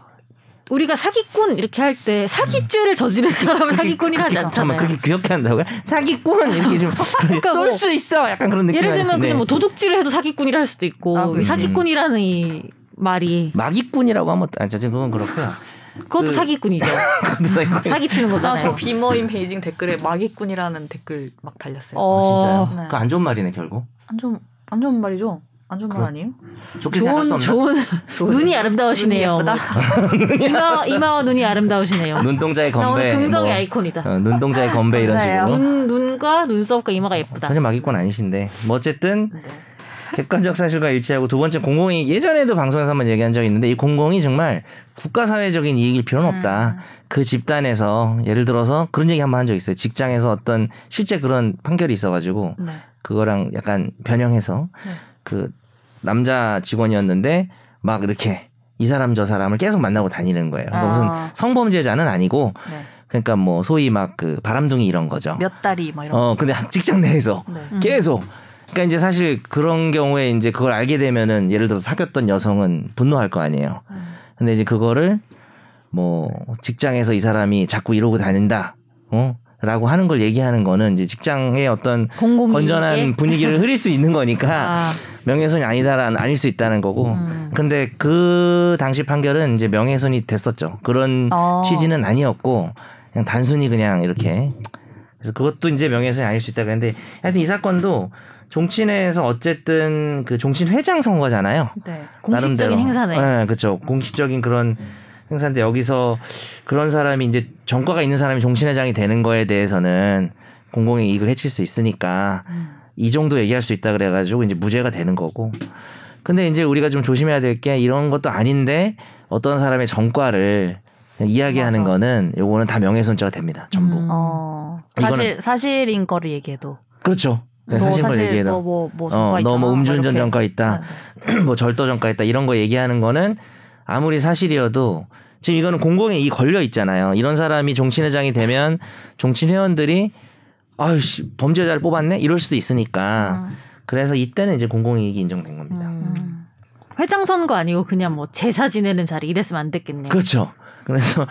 Speaker 2: 우리가 사기꾼 이렇게 할 때 사기죄를 저지른 사람을 사기꾼이라 하지
Speaker 3: 잠깐만
Speaker 2: 않잖아요.
Speaker 3: 그렇게 귀엽게 한다고요? 사기꾼 이렇게 좀
Speaker 2: [laughs] 그러니까 뭐-
Speaker 3: 쏠수 있어 약간 그런 느낌
Speaker 2: 예를 들면
Speaker 3: 네. 그렇죠.
Speaker 2: 그냥 뭐 도둑질을 해도 사기꾼이라 할 수도 있고
Speaker 4: 아,
Speaker 2: 이
Speaker 4: 그렇지.
Speaker 2: 사기꾼이라는 이 말이
Speaker 3: 마기꾼이라고 하면 아니 저 지금 그건 그렇고요.
Speaker 2: 그것도
Speaker 3: 그-
Speaker 2: 사기꾼이죠.
Speaker 3: 그것도
Speaker 2: 어.
Speaker 3: 사기꾼.
Speaker 2: 사기치는
Speaker 1: 저
Speaker 2: 거잖아요.
Speaker 1: 비머인 베이징 댓글에 마기꾼이라는 댓글 막 달렸어요.
Speaker 3: 아, 진짜요?
Speaker 1: 네.
Speaker 3: 그거 안 좋은 말이네 결국.
Speaker 4: 안 좋은 안 좋은 말이죠. 안 좋은
Speaker 3: 그럼-
Speaker 4: 말 아니에요?
Speaker 3: 좋게 생각할 수
Speaker 2: 좋은
Speaker 3: 없나?
Speaker 2: 좋은 눈이 아름다우시네요.
Speaker 4: 눈이
Speaker 2: [laughs] 이마 이마와 눈이 아름다우시네요.
Speaker 3: 어, 눈동자의
Speaker 2: 나 오늘
Speaker 3: 건배.
Speaker 2: 긍정의
Speaker 3: 뭐,
Speaker 2: 아이콘이다.
Speaker 3: 어, 눈동자의 건배 이런
Speaker 4: 감사해요.
Speaker 3: 식으로.
Speaker 2: 눈 눈과 눈썹과 이마가 예쁘다.
Speaker 3: 전혀 마기꾼 아니신데 뭐 어쨌든
Speaker 4: 네.
Speaker 3: 객관적 사실과 일치하고 두 번째 공공이 예전에도 방송에서 한번 얘기한 적이 있는데 이 공공이 정말 국가 사회적인 이익일 필요는
Speaker 4: 음.
Speaker 3: 없다. 그 집단에서 예를 들어서 그런 얘기 한 번 한 적 있어요. 직장에서 어떤 실제 그런 판결이 있어가지고
Speaker 1: 네.
Speaker 3: 그거랑 약간 변형해서
Speaker 1: 네.
Speaker 3: 그 남자 직원이었는데 막 이렇게 이 사람 저 사람을 계속 만나고 다니는 거예요. 그러니까
Speaker 4: 아.
Speaker 3: 무슨 성범죄자는 아니고
Speaker 4: 네.
Speaker 3: 그러니까 뭐 소위 막 그 바람둥이 이런 거죠.
Speaker 4: 몇 달이 막 이런.
Speaker 3: 어 근데 [laughs] 직장 내에서
Speaker 4: 네.
Speaker 3: 계속. 그러니까 이제 사실 그런 경우에 이제 그걸 알게 되면은 예를 들어서 사귀었던 여성은 분노할 거 아니에요. 근데 이제 그거를 뭐 직장에서 이 사람이 자꾸 이러고 다닌다. 어? 라고 하는 걸 얘기하는 거는 이제 직장의 어떤
Speaker 2: 공공
Speaker 3: 건전한 분위기를 흐릴 수 있는 거니까
Speaker 2: 예. [laughs] 아, 음.
Speaker 3: 명예훼손이 아니다란 아닐 수 있다는 거고. 근데 그 당시 판결은 이제 명예훼손이 됐었죠. 그런
Speaker 4: 어.
Speaker 3: 취지는 아니었고 그냥 단순히 그냥 이렇게 그래서 그것도 이제 명예훼손이 아닐 수 있다 그랬는데 하여튼 이 사건도 종친회에서 어쨌든 그 종친 회장 선거잖아요.
Speaker 4: 네.
Speaker 2: 공식적인
Speaker 3: 나름대로.
Speaker 2: 행사네.
Speaker 3: 네, 그렇죠. 공식적인 그런 행사인데 여기서 그런 사람이 이제 전과가 있는 사람이 종신회장이 되는 거에 대해서는 공공의 이익을 해칠 수 있으니까
Speaker 4: 음.
Speaker 3: 이 정도 얘기할 수 있다 그래가지고 이제 무죄가 되는 거고. 근데 이제 우리가 좀 조심해야 될 게 이런 것도 아닌데 어떤 사람의 전과를 그냥 이야기하는
Speaker 4: 맞아.
Speaker 3: 거는 요거는 다 명예훼손죄가 됩니다. 전부.
Speaker 2: 음.
Speaker 4: 어.
Speaker 3: 이거는-
Speaker 4: 사실 사실인 거를 얘기해도.
Speaker 3: 그렇죠.
Speaker 4: 너
Speaker 3: 네, 사실을
Speaker 4: 사실
Speaker 3: 얘기해도.
Speaker 4: 너뭐뭐 뭐,
Speaker 3: 어,
Speaker 4: 전과 있잖아.
Speaker 3: 너 뭐 음주운전
Speaker 4: 이렇게. 아, 어. 네.
Speaker 3: 전과 있다, [clears throat] 뭐 절도 전과 있다 이런 거 얘기하는 거는 아무리 사실이어도 지금 이거는 공공에 이 걸려 있잖아요. 이런 사람이 종친회장이 되면 종친회원들이 아유씨 범죄자를 뽑았네 이럴 수도 있으니까 그래서 이때는 이제 공공이익이 인정된 겁니다.
Speaker 1: 음.
Speaker 4: 음.
Speaker 2: 회장 선거 아니고 그냥 뭐 제사 지내는 자리 이랬으면 안 됐겠네요.
Speaker 3: 그렇죠. 그래서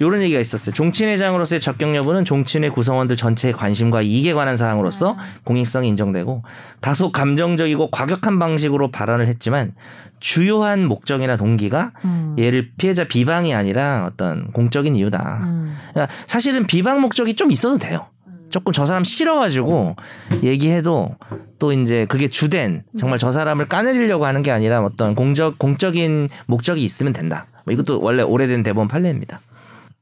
Speaker 3: 이런 얘기가 있었어요. 종친회장으로서의 적격 여부는 종친회 구성원들 전체의 관심과 이익에 관한 사항으로서 공익성이 인정되고 다소 감정적이고 과격한 방식으로 발언을 했지만 주요한 목적이나 동기가
Speaker 2: 음.
Speaker 3: 얘를 피해자 비방이 아니라 어떤 공적인 이유다.
Speaker 2: 음.
Speaker 3: 그러니까 사실은 비방 목적이 좀 있어도 돼요. 조금 저 사람 싫어가지고 얘기해도 또 이제 그게 주된
Speaker 2: 음.
Speaker 3: 정말 저 사람을 까내리려고 하는 게 아니라 어떤 공적 공적인 목적이 있으면 된다. 뭐 이것도 원래 오래된 대법원 판례입니다.
Speaker 2: 어.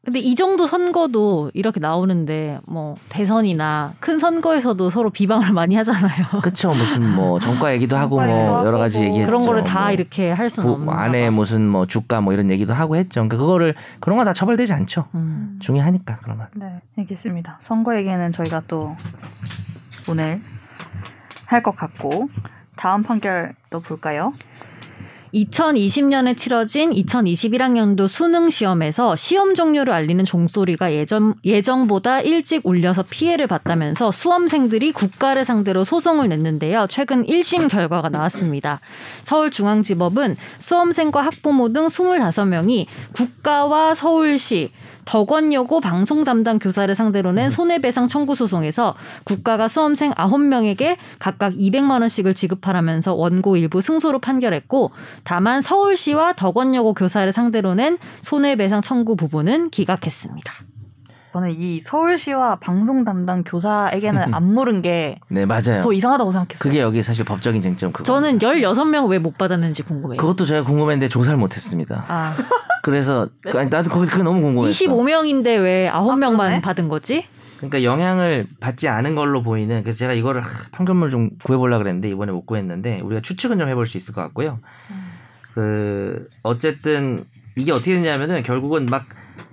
Speaker 2: 근데 이 정도 선거도 이렇게 나오는데 뭐 대선이나 큰 선거에서도 서로 비방을 많이 하잖아요.
Speaker 3: 그쵸 무슨
Speaker 2: [laughs]
Speaker 3: 뭐 정과 얘기도 하고
Speaker 4: 정과 얘기도
Speaker 3: 뭐 여러
Speaker 4: 하고
Speaker 3: 가지
Speaker 4: 뭐
Speaker 3: 얘기했죠.
Speaker 2: 그런 거를 다
Speaker 3: 뭐
Speaker 2: 이렇게 할
Speaker 3: 부-
Speaker 2: 수는 없는
Speaker 3: 뭐 아내 무슨 뭐 주가 뭐 이런 얘기도 하고 했죠. 그러니까 그거를 그런 거 다 처벌되지 않죠.
Speaker 2: 음.
Speaker 3: 중요하니까 그런 건.
Speaker 4: 네, 알겠습니다. 선거 얘기는 저희가 또 오늘 할 것 같고 다음 판결 또 볼까요?
Speaker 2: 2020년에 치러진 2021학년도 수능 시험에서 시험 종료를 알리는 종소리가 예전, 예정보다 일찍 울려서 피해를 봤다면서 수험생들이 국가를 상대로 소송을 냈는데요. 최근 1심 결과가 나왔습니다. 서울중앙지법은 수험생과 학부모 등 25명이 국가와 서울시 덕원여고 방송 담당 교사를 상대로 낸 손해배상 청구 소송에서 국가가 수험생 9명에게 각각 200만 원씩을 지급하라면서 원고 일부 승소로 판결했고 다만 서울시와 덕원여고 교사를 상대로 낸 손해배상 청구 부분은 기각했습니다.
Speaker 4: 저는 이 서울시와 방송
Speaker 3: [laughs]
Speaker 4: 담당 교사에게는 안 물은 게 더
Speaker 3: 네 맞아요.
Speaker 4: 이상하다고 생각했어요.
Speaker 3: 그게 여기 사실 법적인 쟁점 그거.
Speaker 2: 저는 16명 왜 못 받았는지 궁금해요.
Speaker 3: 예. 그것도 제가 궁금했는데 조사를 못했습니다.
Speaker 2: 아,
Speaker 3: 그래서 그- 아니, 나도 그게, 그게 너무 궁금했어.
Speaker 2: 25명인데 왜
Speaker 4: 그러네.
Speaker 2: 9명만 받은 거지?
Speaker 3: 그러니까 영향을 받지 않은 걸로 보이는 그래서 제가 이거를 하, 판결문을 좀 구해보려고 그랬는데 이번에 못 구했는데 우리가 추측은 좀 해볼 수 있을 것 같고요. 그 어쨌든 이게 어떻게 되냐면은 결국은 막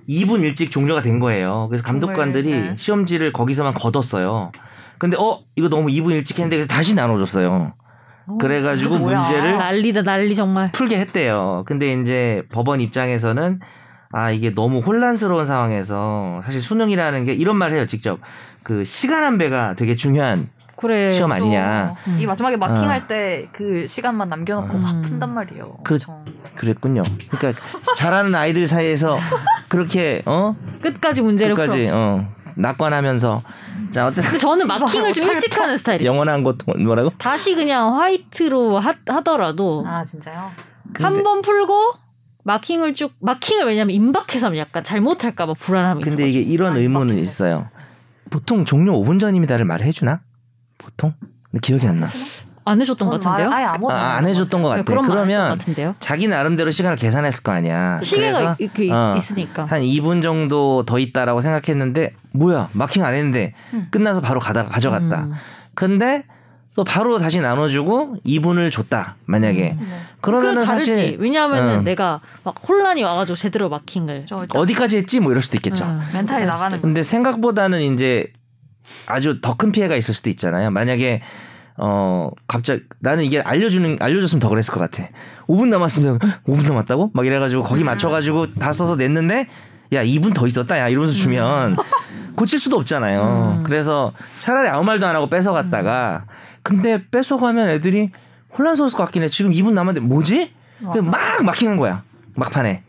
Speaker 3: 2분 일찍 종료가 된 거예요. 그래서 감독관들이
Speaker 4: 정말, 네.
Speaker 3: 시험지를 거기서만 걷었어요. 근데 어 이거 너무 2분 일찍 했는데 그래서 다시 나눠줬어요. 그래가지고
Speaker 4: 이거 뭐야.
Speaker 3: 문제를
Speaker 2: 난리다 난리 정말.
Speaker 3: 풀게 했대요. 근데 이제 법원 입장에서는 아 이게 너무 혼란스러운 상황에서 사실 수능이라는 게 이런 말을 해요. 직접 그 시간 한 배가 되게 중요한
Speaker 2: 그래.
Speaker 3: 시험 아니냐.
Speaker 4: 음.
Speaker 1: 그렇죠. 이 마지막에 마킹할
Speaker 3: 아.
Speaker 1: 때 그 시간만 남겨놓고
Speaker 2: 음.
Speaker 1: 막 푼단 말이에요.
Speaker 3: 그-
Speaker 1: 엄청.
Speaker 2: 그렇죠.
Speaker 3: 그랬군요. 그러니까 잘하는 아이들 사이에서 그렇게 어
Speaker 2: 끝까지 문제를 풀어.
Speaker 3: 끝까지 어 낙관하면서 자
Speaker 2: [laughs]
Speaker 3: 어쨌든
Speaker 2: 근데 저는 마킹을 좀
Speaker 1: 어떡할
Speaker 2: 일찍 하는 스타일이에요.
Speaker 3: 영원한 고통은 뭐라고?
Speaker 2: 다시 그냥 화이트로 하, 하더라도
Speaker 1: 아 진짜요?
Speaker 2: 한 번 풀고 마킹을 쭉 마킹을 왜냐면 임박해서 하면 약간 잘못할까봐 불안함이 있어.
Speaker 3: 근데 이게 이런
Speaker 1: 많이
Speaker 3: 의문은
Speaker 1: 바뀌었어요.
Speaker 3: 있어요. 보통 종료 5분 전입니다를 말해주나? 보통? 근데 기억이 안 나.
Speaker 2: 안 해줬던
Speaker 3: 어,
Speaker 2: 것
Speaker 1: 말
Speaker 2: 같은데요?
Speaker 1: 아예 아무도
Speaker 3: 아, 안 해줬던 것
Speaker 2: 네,
Speaker 3: 같아.
Speaker 2: 그런 말안할것
Speaker 3: 그러면
Speaker 2: 같은데요?
Speaker 3: 자기 나름대로 시간을 계산했을 거 아니야.
Speaker 2: 시계가
Speaker 3: 그래서
Speaker 2: 이렇게 있-
Speaker 3: 어.
Speaker 2: 있으니까.
Speaker 3: 한 2분 정도 더 있다라고 생각했는데 뭐야 마킹 안 했는데
Speaker 1: 음.
Speaker 3: 끝나서 바로 가다가 가져갔다.
Speaker 2: 음.
Speaker 3: 근데 또 바로 다시 나눠주고 2분을 줬다 만약에
Speaker 2: 음.
Speaker 3: 그러면은
Speaker 2: 그럼 다르지.
Speaker 3: 사실
Speaker 2: 왜냐하면은
Speaker 3: 음.
Speaker 2: 내가 막 혼란이 와가지고 제대로 마킹을.
Speaker 1: 저 일단
Speaker 3: 어디까지 했지 뭐 이럴 수도 있겠죠.
Speaker 2: 음.
Speaker 1: 멘탈이 나가는
Speaker 3: 근데 생각보다는 이제 아주 더 큰 피해가 있을 수도 있잖아요. 만약에 어 갑자기 나는 이게 알려주는 알려줬으면 더 그랬을 것 같아. 5분 남았으면 5분 남았다고 막 이래가지고 거기 맞춰가지고 다 써서 냈는데 야 2분 더 있었다 야 이러면서 주면 고칠 수도 없잖아요.
Speaker 2: 음.
Speaker 3: 그래서 차라리 아무 말도 안 하고 뺏어갔다가 근데 뺏어가면 애들이 혼란스러울 것 같긴 해. 지금 2분 남았는데 뭐지? 그냥 막 막히는 거야. 막판에.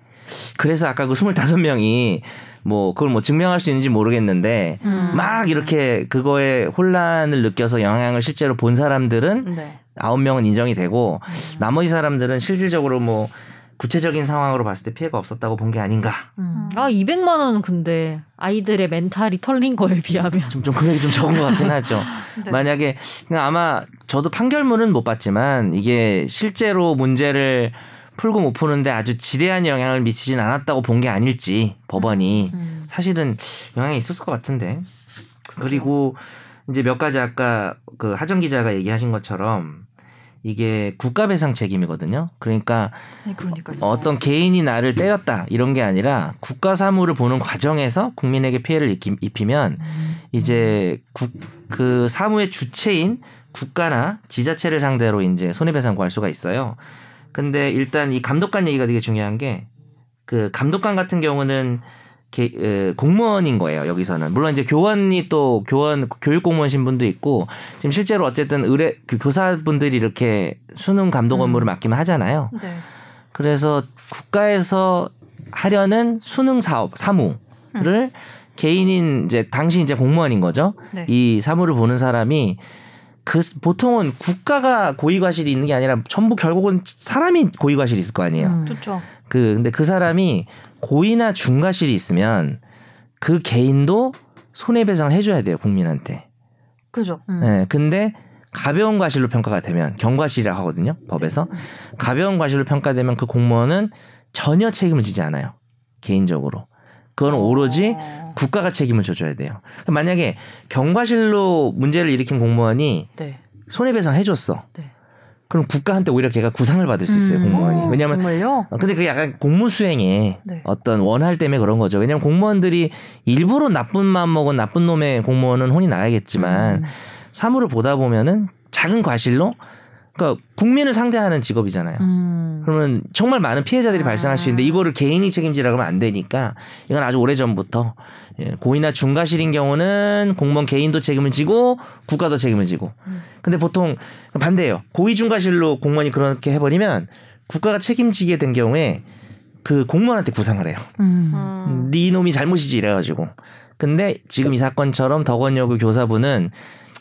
Speaker 3: 그래서 아까 그 25명이 뭐 그걸 뭐 증명할 수 있는지 모르겠는데
Speaker 2: 음.
Speaker 3: 막 이렇게 그거에 혼란을 느껴서 영향을 실제로 본 사람들은
Speaker 1: 네.
Speaker 3: 아홉 명은 인정이 되고 나머지 사람들은 실질적으로 뭐 구체적인 상황으로 봤을 때 피해가 없었다고 본 게 아닌가.
Speaker 2: 음. 아 200만 원은 근데 아이들의 멘탈이 털린 거에 비하면.
Speaker 3: 좀, 좀 금액이 좀 적은 것 같긴 하죠.
Speaker 1: 네.
Speaker 3: 만약에 그냥 아마 저도 판결문은 못 봤지만 이게 실제로 문제를 풀고 못 푸는데 아주 지대한 영향을 미치진 않았다고 본 게 아닐지 법원이
Speaker 2: 음.
Speaker 3: 사실은 영향이 있었을 것 같은데 그리고 이제 몇 가지 아까 그 하정 기자가 얘기하신 것처럼 이게 국가배상 책임이거든요. 그러니까
Speaker 4: 네,
Speaker 1: 아니, 그러니까요.
Speaker 3: 어떤 개인이 나를 때렸다 이런 게 아니라 국가 사무를 보는 과정에서 국민에게 피해를 입히- 입히면
Speaker 1: 음.
Speaker 3: 이제 국, 그 사무의 주체인 국가나 지자체를 상대로 이제 손해배상 구할 수가 있어요. 근데 일단 이 감독관 얘기가 되게 중요한 게 그 감독관 같은 경우는 게- 에, 공무원인 거예요 여기서는 물론 이제 교원이 또 교원 교육 공무원 신분도 있고 지금 실제로 어쨌든 의뢰 그 교사분들이 이렇게 수능 감독
Speaker 1: 음.
Speaker 3: 업무를 맡기면 하잖아요.
Speaker 1: 네.
Speaker 3: 그래서 국가에서 하려는 수능 사업 사무를 개인인 이제 당시 이제 공무원인 거죠.
Speaker 1: 네.
Speaker 3: 이 사무를 보는 사람이 그 스- 보통은 국가가 고의과실이 있는 게 아니라 전부 결국은 사람이 고의과실이 있을 거 아니에요.
Speaker 2: 음.
Speaker 1: 좋죠.
Speaker 3: 그 근데 그 사람이 고의나 중과실이 있으면 그 개인도 손해배상을 해줘야 돼요 국민한테.
Speaker 1: 그죠.
Speaker 2: 음.
Speaker 3: 네, 근데 가벼운 과실로 평가가 되면 경과실이라고 하거든요 법에서
Speaker 1: 음.
Speaker 3: 가벼운 과실로 평가되면 그 공무원은 전혀 책임을 지지 않아요 개인적으로 그건 오로지
Speaker 1: 어,
Speaker 3: 국가가 책임을 져줘야 돼요 만약에 경과실로 문제를 일으킨 공무원이
Speaker 1: 네.
Speaker 3: 손해배상 해줬어
Speaker 1: 네.
Speaker 3: 그럼 국가한테 오히려 걔가 구상을 받을 수 있어요
Speaker 2: 음.
Speaker 3: 공무원이 왜냐면
Speaker 1: 정말요?
Speaker 3: 어, 근데 그게 약간 공무수행에
Speaker 1: 네.
Speaker 3: 어떤 원할 때문에 그런 거죠. 왜냐면 공무원들이 일부러 나쁜 마음 먹은 나쁜 놈의 공무원은 혼이
Speaker 1: 음.
Speaker 3: 나야겠지만 사무를 보다 보면은 작은 과실로 그러니까 국민을 상대하는 직업이잖아요.
Speaker 2: 음.
Speaker 3: 그러면 정말 많은 피해자들이
Speaker 1: 아.
Speaker 3: 발생할 수 있는데 이거를 개인이 책임지라고 하면 안 되니까 이건 아주 오래 전부터 예, 고의나 중과실인 경우는 공무원 개인도 책임을 지고 국가도 책임을 지고
Speaker 1: 음.
Speaker 3: 근데 보통 반대예요 고의 중과실로 공무원이 그렇게 해버리면 국가가 책임지게 된 경우에 그 공무원한테 구상을 해요
Speaker 2: 음.
Speaker 1: 음. 그러니까
Speaker 3: 네 놈이 잘못이지 이래가지고 근데 지금 이 사건처럼 덕원여고 교사분은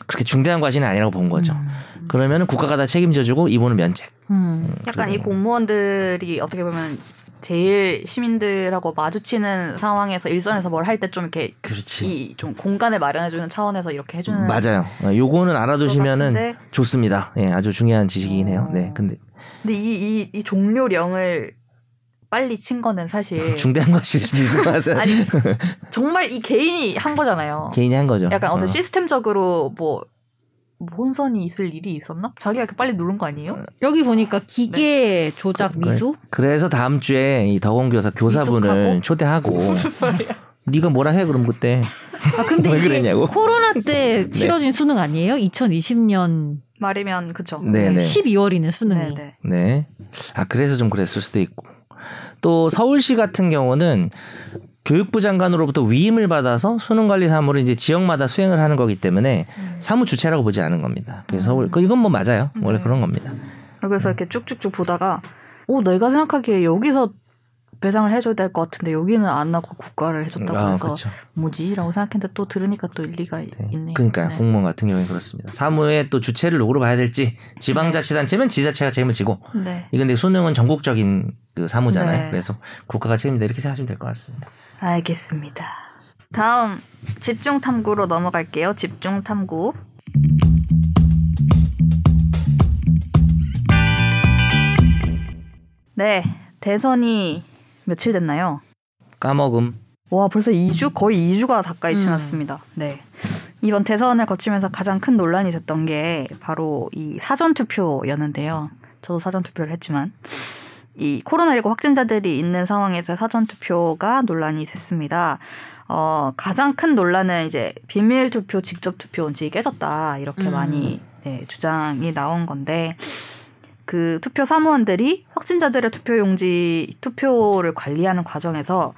Speaker 3: 그렇게 중대한 과실은 아니라고 본 거죠
Speaker 1: 음.
Speaker 3: 그러면은 국가가 다 책임져주고 이분은 면책
Speaker 2: 음.
Speaker 1: 약간 이
Speaker 3: 그리고-
Speaker 1: 공무원들이 어떻게 보면 제일 시민들하고 마주치는 상황에서 일선에서 뭘 할 때 좀 이렇게
Speaker 3: 그렇지
Speaker 1: 이 좀 공간을 마련해주는 차원에서 이렇게 해주는
Speaker 3: 맞아요. 어, 요거는
Speaker 1: 것
Speaker 3: 알아두시면은
Speaker 1: 같은데
Speaker 3: 좋습니다. 예, 아주 중요한 지식이긴 해요.
Speaker 1: 어.
Speaker 3: 네, 근데
Speaker 1: 근데 이 이 이 종료령을 빨리 친 거는 사실
Speaker 3: [laughs] 중대한 것일 수도 있을 것 같아요.
Speaker 1: [laughs] 아니 정말 이 개인이 한 거잖아요.
Speaker 3: 개인이 한 거죠.
Speaker 1: 약간
Speaker 3: 어.
Speaker 1: 어떤 시스템적으로 뭐, 뭐 혼선이 있을 일이 있었나? 자기가 이렇게 빨리 누른 거
Speaker 3: 어.
Speaker 1: 아니에요?
Speaker 2: 여기 보니까 기계 조작
Speaker 3: 그-
Speaker 2: 미수.
Speaker 3: 그래서 다음 주에 이 더공 교사 교사분을
Speaker 1: 미숙하고? [laughs]
Speaker 3: 초대하고 네가 뭐라 해 그럼 그때
Speaker 2: 아 근데
Speaker 3: [laughs] 왜
Speaker 2: 이게
Speaker 3: 그랬냐고?
Speaker 2: 코로나 때
Speaker 3: 네.
Speaker 2: 치러진 수능 아니에요? 2020년
Speaker 1: 말이면 그쵸.
Speaker 3: 네, 네.
Speaker 2: 12월이네 수능이.
Speaker 1: 네.
Speaker 3: 네. 아 그래서 좀 그랬을 수도 있고 또 서울시 같은 경우는 교육부 장관으로부터 위임을 받아서 수능 관리 사무를 이제 지역마다 수행을 하는 거기 때문에
Speaker 4: 음.
Speaker 3: 사무 주체라고 보지 않은 겁니다. 그래서 올- 그 이건 뭐 맞아요. 원래 그런 겁니다.
Speaker 4: 그래서
Speaker 3: 네.
Speaker 4: 이렇게 쭉쭉쭉 보다가 오 내가 생각하기에 여기서 배상을 해줘야 될 것 같은데 여기는 안 하고 국가를 해줬다고
Speaker 3: 아,
Speaker 4: 해서
Speaker 3: 그렇죠.
Speaker 4: 뭐지라고 생각했는데 또 들으니까 또 일리가
Speaker 3: 네.
Speaker 4: 있네요.
Speaker 3: 그러니까
Speaker 4: 네.
Speaker 3: 공무원 같은 경우에 그렇습니다. 사무의 또 주체를 누구로 봐야 될지 지방자치단체면 지자체가 책임을 지고
Speaker 4: 네.
Speaker 3: 이건 근데 수능은 전국적인 그 사무잖아요.
Speaker 4: 네.
Speaker 3: 그래서 국가가 책임이다 이렇게 생각하시면 될 것 같습니다.
Speaker 4: 알겠습니다. 다음 집중 탐구로 넘어갈게요. 집중 탐구. 네, 대선이 며칠 됐나요?
Speaker 3: 까먹음.
Speaker 4: 와, 벌써 2주 거의 2주가 가까이
Speaker 2: 음.
Speaker 4: 지났습니다. 네. 이번 대선을 거치면서 가장 큰 논란이 됐던 게 바로 이 사전 투표였는데요. 저도 사전 투표를 했지만 이 코로나19 확진자들이 있는 상황에서 사전 투표가 논란이 됐습니다. 어, 가장 큰 논란은 이제 비밀 투표, 직접 투표 원칙이 깨졌다. 이렇게
Speaker 2: 음.
Speaker 4: 많이 네, 주장이 나온 건데 그 투표 사무원들이 확진자들의 투표 용지 투표를 관리하는 과정에서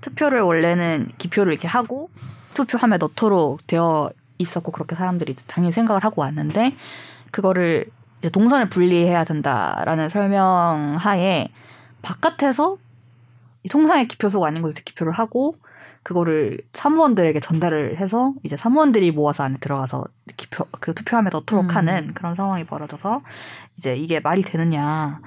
Speaker 4: 투표를 원래는 기표를 이렇게 하고 투표함에 넣도록 되어 있었고 그렇게 사람들이 당연히 생각을 하고 왔는데 그거를 이제 동선을 분리해야 된다라는 설명 하에 바깥에서 이 통상의 기표소가 아닌 곳에서 기표를 하고 그거를 사무원들에게 전달을 해서 이제 사무원들이 모아서 안에 들어가서 기표 그 투표함에 넣도록
Speaker 2: 음.
Speaker 4: 하는 그런 상황이 벌어져서 이제 이게 말이 되느냐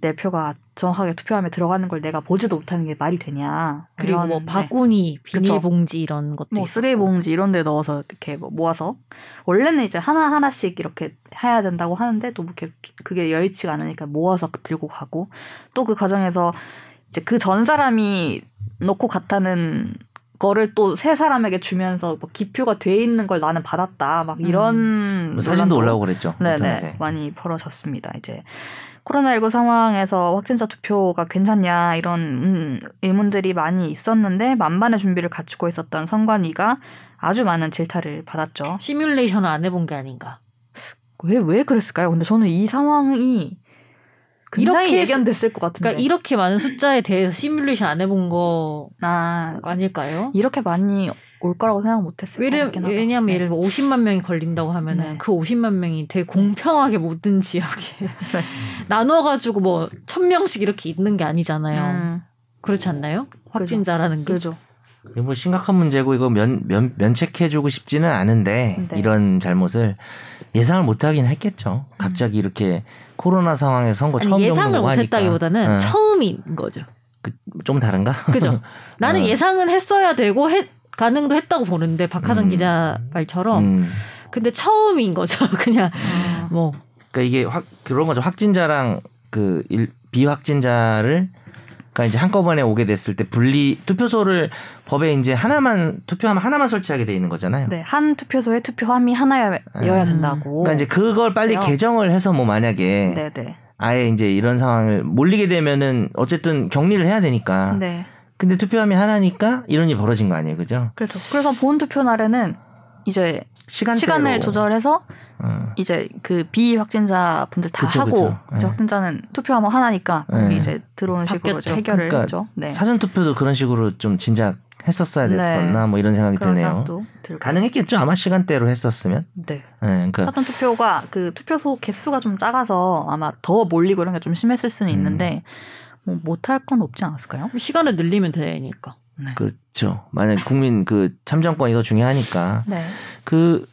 Speaker 4: 내 표가 정확하게 투표함에 들어가는 걸 내가 보지도 못하는 게 말이 되냐
Speaker 2: 그리고
Speaker 4: 이런,
Speaker 2: 뭐
Speaker 4: 네.
Speaker 2: 바구니,
Speaker 4: 그쵸.
Speaker 2: 비닐봉지 이런 것도
Speaker 4: 뭐
Speaker 2: 있어요.
Speaker 4: 쓰레기 봉지 이런 데 넣어서 이렇게 뭐 모아서 원래는 이제 하나 하나씩 이렇게 해야 된다고 하는데 또뭐 이렇게 그게 여의치가 않으니까 모아서 들고 가고 또 그 과정에서 이제 그 전 사람이 넣고 갔다는 거를 또 세 사람에게 주면서 뭐 기표가 돼 있는 걸 나는 받았다 막 이런
Speaker 3: 뭐 사진도
Speaker 4: 논란도
Speaker 3: 올라오고 그랬죠. 인터넷에.
Speaker 4: 음, 네네 많이 벌어졌습니다. 이제 코로나19 상황에서 확진자 투표가 괜찮냐 이런 음, 의문들이 많이 있었는데 만반의 준비를 갖추고 있었던 선관위가 아주 많은 질타를 받았죠.
Speaker 2: 시뮬레이션을 안 해본 게 아닌가.
Speaker 4: 왜 왜 그랬을까요? 근데 저는 이 상황이 굉장히
Speaker 2: 이렇게 해서-
Speaker 4: 예견됐을 것 같은데.
Speaker 2: 그러니까 이렇게 많은 숫자에 대해서 시뮬레이션 안 해본 거
Speaker 4: 아,
Speaker 2: 아닐까요?
Speaker 4: 이렇게 많이 올 거라고 생각 못했어요.
Speaker 2: 왜냐면 왜냐면 예를 들면 50만 명이 걸린다고 하면은
Speaker 4: 네.
Speaker 2: 그 50만 명이 되게 공평하게 모든
Speaker 4: [laughs]
Speaker 2: 지역에 나눠가지고 뭐 1000명씩 이렇게 있는 게 아니잖아요. 그렇지 않나요? 확진자라는 게.
Speaker 4: 음. 그죠.
Speaker 3: 이거 뭐 심각한 문제고 이거 면, 면, 면책해주고 싶지는 않은데
Speaker 4: 네.
Speaker 3: 이런 잘못을 예상을 못하긴 했겠죠. 갑자기 이렇게 코로나 상황에 선거
Speaker 2: 음. 아니,
Speaker 3: 뭐 처음
Speaker 2: 예상을
Speaker 3: 겪는 거니까. 네.
Speaker 2: 못했다기보다는
Speaker 3: 응.
Speaker 2: 처음인 거죠.
Speaker 3: 좀 다른가? [laughs]
Speaker 2: 그죠? 나는
Speaker 3: 응.
Speaker 2: 예상은 했어야 되고 했- 가능도 했다고 보는데 박하정
Speaker 3: 음.
Speaker 2: 기자 말처럼
Speaker 3: 음.
Speaker 2: 근데 처음인 거죠. [laughs] 그냥
Speaker 4: 아.
Speaker 2: 뭐
Speaker 3: 그러니까 이게 확 그런 거죠. 확진자랑 그 일, 비확진자를 그러니까 이제 한꺼번에 오게 됐을 때 분리 투표소를 법에 이제 하나만 투표함 하나만 설치하게 돼 있는 거잖아요.
Speaker 4: 네, 한 투표소에 투표함이 하나여야
Speaker 3: 음.
Speaker 4: 된다고.
Speaker 3: 그러니까 이제 그걸 빨리
Speaker 4: 그래요.
Speaker 3: 개정을 해서 뭐
Speaker 2: 음.
Speaker 3: 만약에
Speaker 4: 네, 네.
Speaker 3: 아예 이제 이런 상황을 몰리게 되면은 어쨌든 격리를 해야 되니까.
Speaker 4: 네.
Speaker 3: 근데 투표함이 하나니까 이런 일이 벌어진 거 아니에요, 그죠?
Speaker 4: 그렇죠. 그래서 본 투표 날에는 이제
Speaker 3: 시간대로.
Speaker 4: 시간을 조절해서
Speaker 3: 어.
Speaker 4: 이제 그 비확진자 분들 다
Speaker 3: 그쵸,
Speaker 4: 하고
Speaker 3: 그쵸.
Speaker 4: 이제
Speaker 3: 네.
Speaker 4: 확진자는 투표하면 하나니까
Speaker 3: 네.
Speaker 4: 이제 들어오는 식으로
Speaker 2: 바뀌었죠.
Speaker 4: 이제 해결을
Speaker 3: 그러니까
Speaker 4: 했죠. 네.
Speaker 3: 사전 투표도 그런 식으로 좀 진작 했었어야
Speaker 4: 네.
Speaker 3: 됐었나 뭐 이런 생각이
Speaker 4: 그런
Speaker 3: 드네요.
Speaker 4: 생각도 들고.
Speaker 3: 가능했겠죠 아마 시간대로 했었으면.
Speaker 4: 네.
Speaker 3: 예, 그러니까
Speaker 4: 사전 투표가 그 투표소 개수가 좀 작아서 아마 더 몰리고 이런 게 좀 심했을 수는
Speaker 3: 음.
Speaker 4: 있는데 뭐 못할 건 없지 않았을까요?
Speaker 2: 시간을 늘리면 되니까.
Speaker 4: 네.
Speaker 3: 그렇죠. 만약 국민 그 참정권이 더 중요하니까
Speaker 4: 네.
Speaker 3: 그.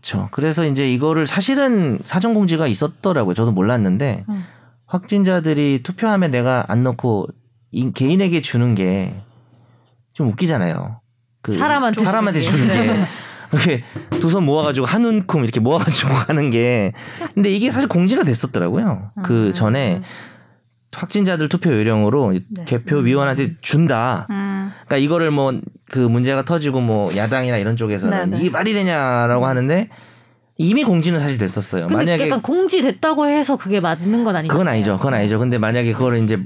Speaker 3: 그렇죠. 그래서 이제 이거를 사실은 사전 공지가 있었더라고요. 저도 몰랐는데
Speaker 4: 음.
Speaker 3: 확진자들이 투표함에 내가 안 넣고 인- 개인에게 주는 게 좀 웃기잖아요. 그
Speaker 2: 사람한테
Speaker 3: 사람한테
Speaker 2: 주는
Speaker 3: 주는
Speaker 2: 게. [laughs]
Speaker 3: 게 이렇게 두 손 모아가지고 한 움큼 이렇게 모아가지고 [laughs] 하는 게 근데 이게 사실 공지가 됐었더라고요.
Speaker 2: 음.
Speaker 3: 그 전에 확진자들 투표 요령으로
Speaker 4: 네.
Speaker 3: 개표위원한테 준다.
Speaker 4: 음.
Speaker 3: 그러니까 이거를 뭐 그 문제가 터지고 뭐 야당이나 이런 쪽에서는
Speaker 4: 네, 네.
Speaker 3: 이게 말이 되냐라고 하는데 이미 공지는 사실 됐었어요.
Speaker 2: 근데
Speaker 3: 만약에
Speaker 2: 약간 공지됐다고 해서 그게 맞는 건 아니죠.
Speaker 3: 그건 아니죠. 그건 아니죠. 근데 만약에 그거를 이제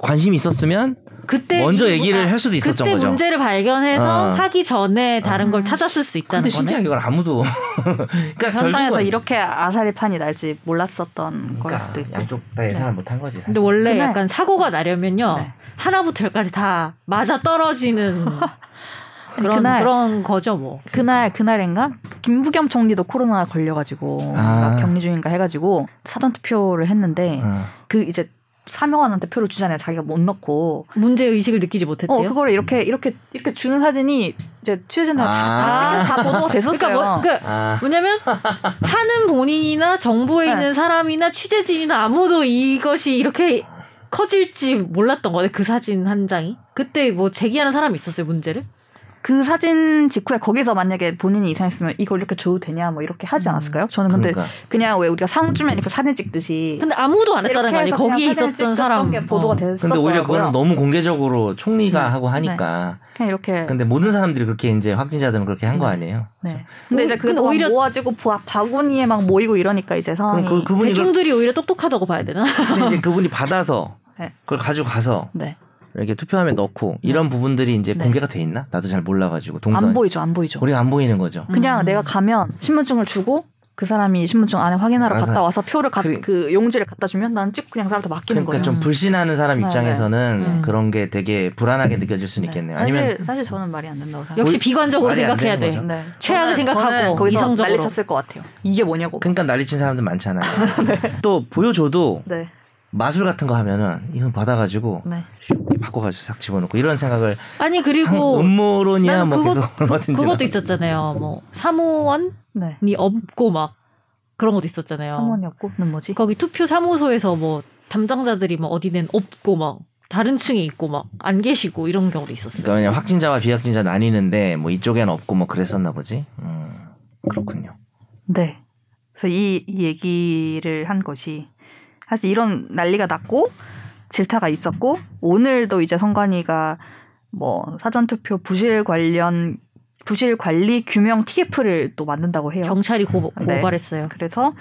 Speaker 3: 관심이 있었으면
Speaker 2: 그때
Speaker 3: 먼저
Speaker 2: 이-
Speaker 3: 얘기를 할 수도 있었던
Speaker 2: 그때
Speaker 3: 거죠.
Speaker 2: 문제를 발견해서
Speaker 3: 어.
Speaker 2: 하기 전에 다른
Speaker 1: 아.
Speaker 2: 걸 찾았을 수 있다는
Speaker 3: 근데
Speaker 2: 거네.
Speaker 3: 신기하게 이걸 아무도 [laughs] 그러니까
Speaker 1: 현장에서
Speaker 3: 결국은
Speaker 1: 이렇게 아사리판이 날지 몰랐었던 거일 수도
Speaker 3: 그러니까
Speaker 1: 있고.
Speaker 3: 양쪽 다 예상을 못한 거지. 사실.
Speaker 2: 근데 원래
Speaker 1: 근데-
Speaker 2: 약간 사고가 나려면요
Speaker 1: 네.
Speaker 2: 하나부터 열까지 다 맞아
Speaker 1: [laughs]
Speaker 2: 떨어지는 그런
Speaker 1: 그날-
Speaker 2: 그런 거죠 뭐.
Speaker 1: 그날 그날인가 김부겸 총리도 코로나 걸려가지고
Speaker 3: 아.
Speaker 1: 막 격리 중인가 해가지고 사전 투표를 했는데
Speaker 3: 어.
Speaker 1: 그 이제 사명환한테 표를 주잖아요. 자기가 못 넣고.
Speaker 2: 문제 의식을 느끼지 못했대요.
Speaker 1: 어 그거를 이렇게 이렇게 이렇게 주는 사진이 이제 취재진들
Speaker 3: 아.
Speaker 1: 다 찍혀서 다 보도가 됐었어요.
Speaker 2: 그러니까 뭐, 그
Speaker 3: 아,
Speaker 2: 뭐냐면 하는 본인이나 정보에
Speaker 1: 네.
Speaker 2: 있는 사람이나 취재진이나 아무도 이것이 이렇게 커질지 몰랐던 거네 그 사진 한 장이 그때 뭐 제기하는 사람이 있었어요 문제를
Speaker 1: 그 사진 직후에 거기서 만약에 본인이 이상했으면 이걸 이렇게 줘도 되냐 뭐 이렇게 하지
Speaker 2: 음.
Speaker 1: 않았을까요? 저는 근데
Speaker 3: 그러니까.
Speaker 1: 그냥왜 우리가 상 주면 이렇게 사진 찍듯이
Speaker 2: 근데 아무도 안 했다는
Speaker 1: 이렇게
Speaker 2: 거 아니에요
Speaker 1: 해서 그냥
Speaker 2: 거기에
Speaker 1: 사진을
Speaker 2: 있었던
Speaker 1: 찍었던
Speaker 2: 사람
Speaker 1: 게 보도가
Speaker 2: 어.
Speaker 1: 됐었던
Speaker 3: 근데 오히려 그거는 너무 공개적으로 총리가
Speaker 1: 네.
Speaker 3: 하고 하니까.
Speaker 1: 그냥
Speaker 4: 네.
Speaker 1: 이렇게
Speaker 3: 근데 모든 사람들이 그렇게 이제 확진자들은 그렇게 한 거
Speaker 1: 네.
Speaker 3: 아니에요.
Speaker 1: 네. 근데 이제 뭐 그게
Speaker 2: 근데
Speaker 1: 또
Speaker 2: 오히려-
Speaker 1: 오히려 모아지고 바, 바구니에 막 모이고 이러니까 이제 상황이
Speaker 3: 그럼 그, 그분이 그걸-
Speaker 2: 대중들이 오히려 똑똑하다고 봐야 되나?
Speaker 1: 음.
Speaker 3: 근데 이제 그분이 받아서
Speaker 1: 네.
Speaker 3: 그걸 가지고 가서
Speaker 1: 네.
Speaker 3: 이렇게 투표함에 넣고 이런 부분들이 이제
Speaker 1: 네.
Speaker 3: 공개가 돼 있나? 나도 잘 몰라가지고 동선
Speaker 1: 안 보이죠, 안 보이죠.
Speaker 3: 우리가 안 보이는 거죠.
Speaker 1: 그냥
Speaker 2: 음.
Speaker 1: 내가 가면 신분증을 주고 그 사람이 신분증 안에 확인하러
Speaker 3: 알아서-
Speaker 1: 갔다 와서 표를 가,
Speaker 3: 그래.
Speaker 1: 그, 용지를 갖다 주면 나는 찍고 그냥 사람한테 맡기는
Speaker 3: 그러니까
Speaker 1: 거예요.
Speaker 3: 좀 불신하는 사람
Speaker 1: 네,
Speaker 3: 입장에서는
Speaker 2: 네. 음.
Speaker 3: 그런 게 되게 불안하게 느껴질 수는
Speaker 1: 네.
Speaker 3: 있겠네요.
Speaker 1: 사실
Speaker 3: 아니면
Speaker 1: 사실 저는 말이 안 된다고 생각해요.
Speaker 2: 역시
Speaker 3: 뭘-
Speaker 2: 비관적으로
Speaker 3: 말이 안
Speaker 2: 생각해야
Speaker 3: 되는
Speaker 2: 돼.
Speaker 3: 거죠.
Speaker 1: 네.
Speaker 2: 최악을
Speaker 1: 저는-
Speaker 2: 생각하고
Speaker 1: 저는 거기서
Speaker 2: 이성적으로.
Speaker 1: 난리 쳤을 것 같아요. 이게 뭐냐고.
Speaker 3: 그러니까 난리친 사람들 많잖아요.
Speaker 1: [laughs]
Speaker 3: 또 보여줘도
Speaker 1: 네.
Speaker 3: 마술 같은 거 하면은 이건 받아가지고
Speaker 1: 네.
Speaker 3: 슉 바꿔가지고 싹 집어넣고 이런 생각을
Speaker 2: 아니
Speaker 3: 상-
Speaker 2: 그리고
Speaker 3: 음모론이야
Speaker 2: 나는
Speaker 3: 뭐
Speaker 2: 그거-
Speaker 3: 계속 얼마든지
Speaker 2: 그것도
Speaker 3: 나와요.
Speaker 2: 있었잖아요. 뭐 사무원이
Speaker 1: 네.
Speaker 2: 없고 막 그런 것도 있었잖아요.
Speaker 1: 사모님고는 뭐지?
Speaker 2: 거기 투표 사무소에서 뭐 담당자들이 뭐 어디는 없고 막 다른 층에 있고 막 안 계시고 이런 경우도 있었어요.
Speaker 3: 그러니까 그냥 확진자와 비확진자 나뉘는데 뭐 이쪽엔 없고 뭐 그랬었나 보지. 음, 그렇군요.
Speaker 4: 네. 그래서 이, 이 얘기를 한 것이 사실 이런 난리가 났고 질타가 있었고 오늘도 이제 선관위가 뭐 사전투표 부실 관련 부실 관리 규명 TF를 또 만든다고 해요.
Speaker 2: 경찰이 고,
Speaker 4: 네.
Speaker 2: 발했어요
Speaker 4: 그래서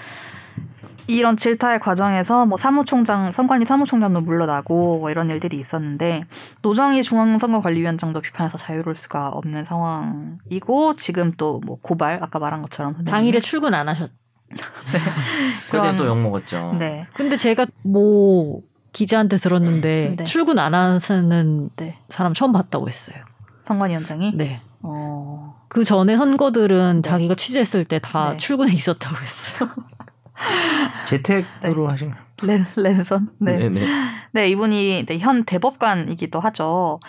Speaker 4: 이런 질타의 과정에서 뭐 사무총장 선관위 사무총장도 물러나고 뭐 이런 일들이 있었는데 노정희 중앙선거관리위원장도 비판해서 자유로울 수가 없는 상황이고 지금 또 뭐 고발 아까 말한 것처럼 선생님이
Speaker 2: 당일에 출근 안 하셨.
Speaker 3: 그때
Speaker 4: 그런-
Speaker 3: 또 욕먹었죠.
Speaker 4: 네
Speaker 2: 근데 제가 뭐 기자한테 들었는데
Speaker 4: 네.
Speaker 2: 출근 안 하는
Speaker 4: 네.
Speaker 2: 사람 처음 봤다고 했어요.
Speaker 4: 선관위원장이
Speaker 2: 네.
Speaker 4: 어
Speaker 2: 그 전에 선거들은
Speaker 4: 네.
Speaker 2: 자기가 취재했을 때 다
Speaker 4: 네.
Speaker 2: 출근에 있었다고 했어요.
Speaker 3: 재택으로 하신 거예요?
Speaker 4: 랜, 랜선 네
Speaker 3: 네.
Speaker 4: 네, 이분이 이제 현 대법관이기도 하죠.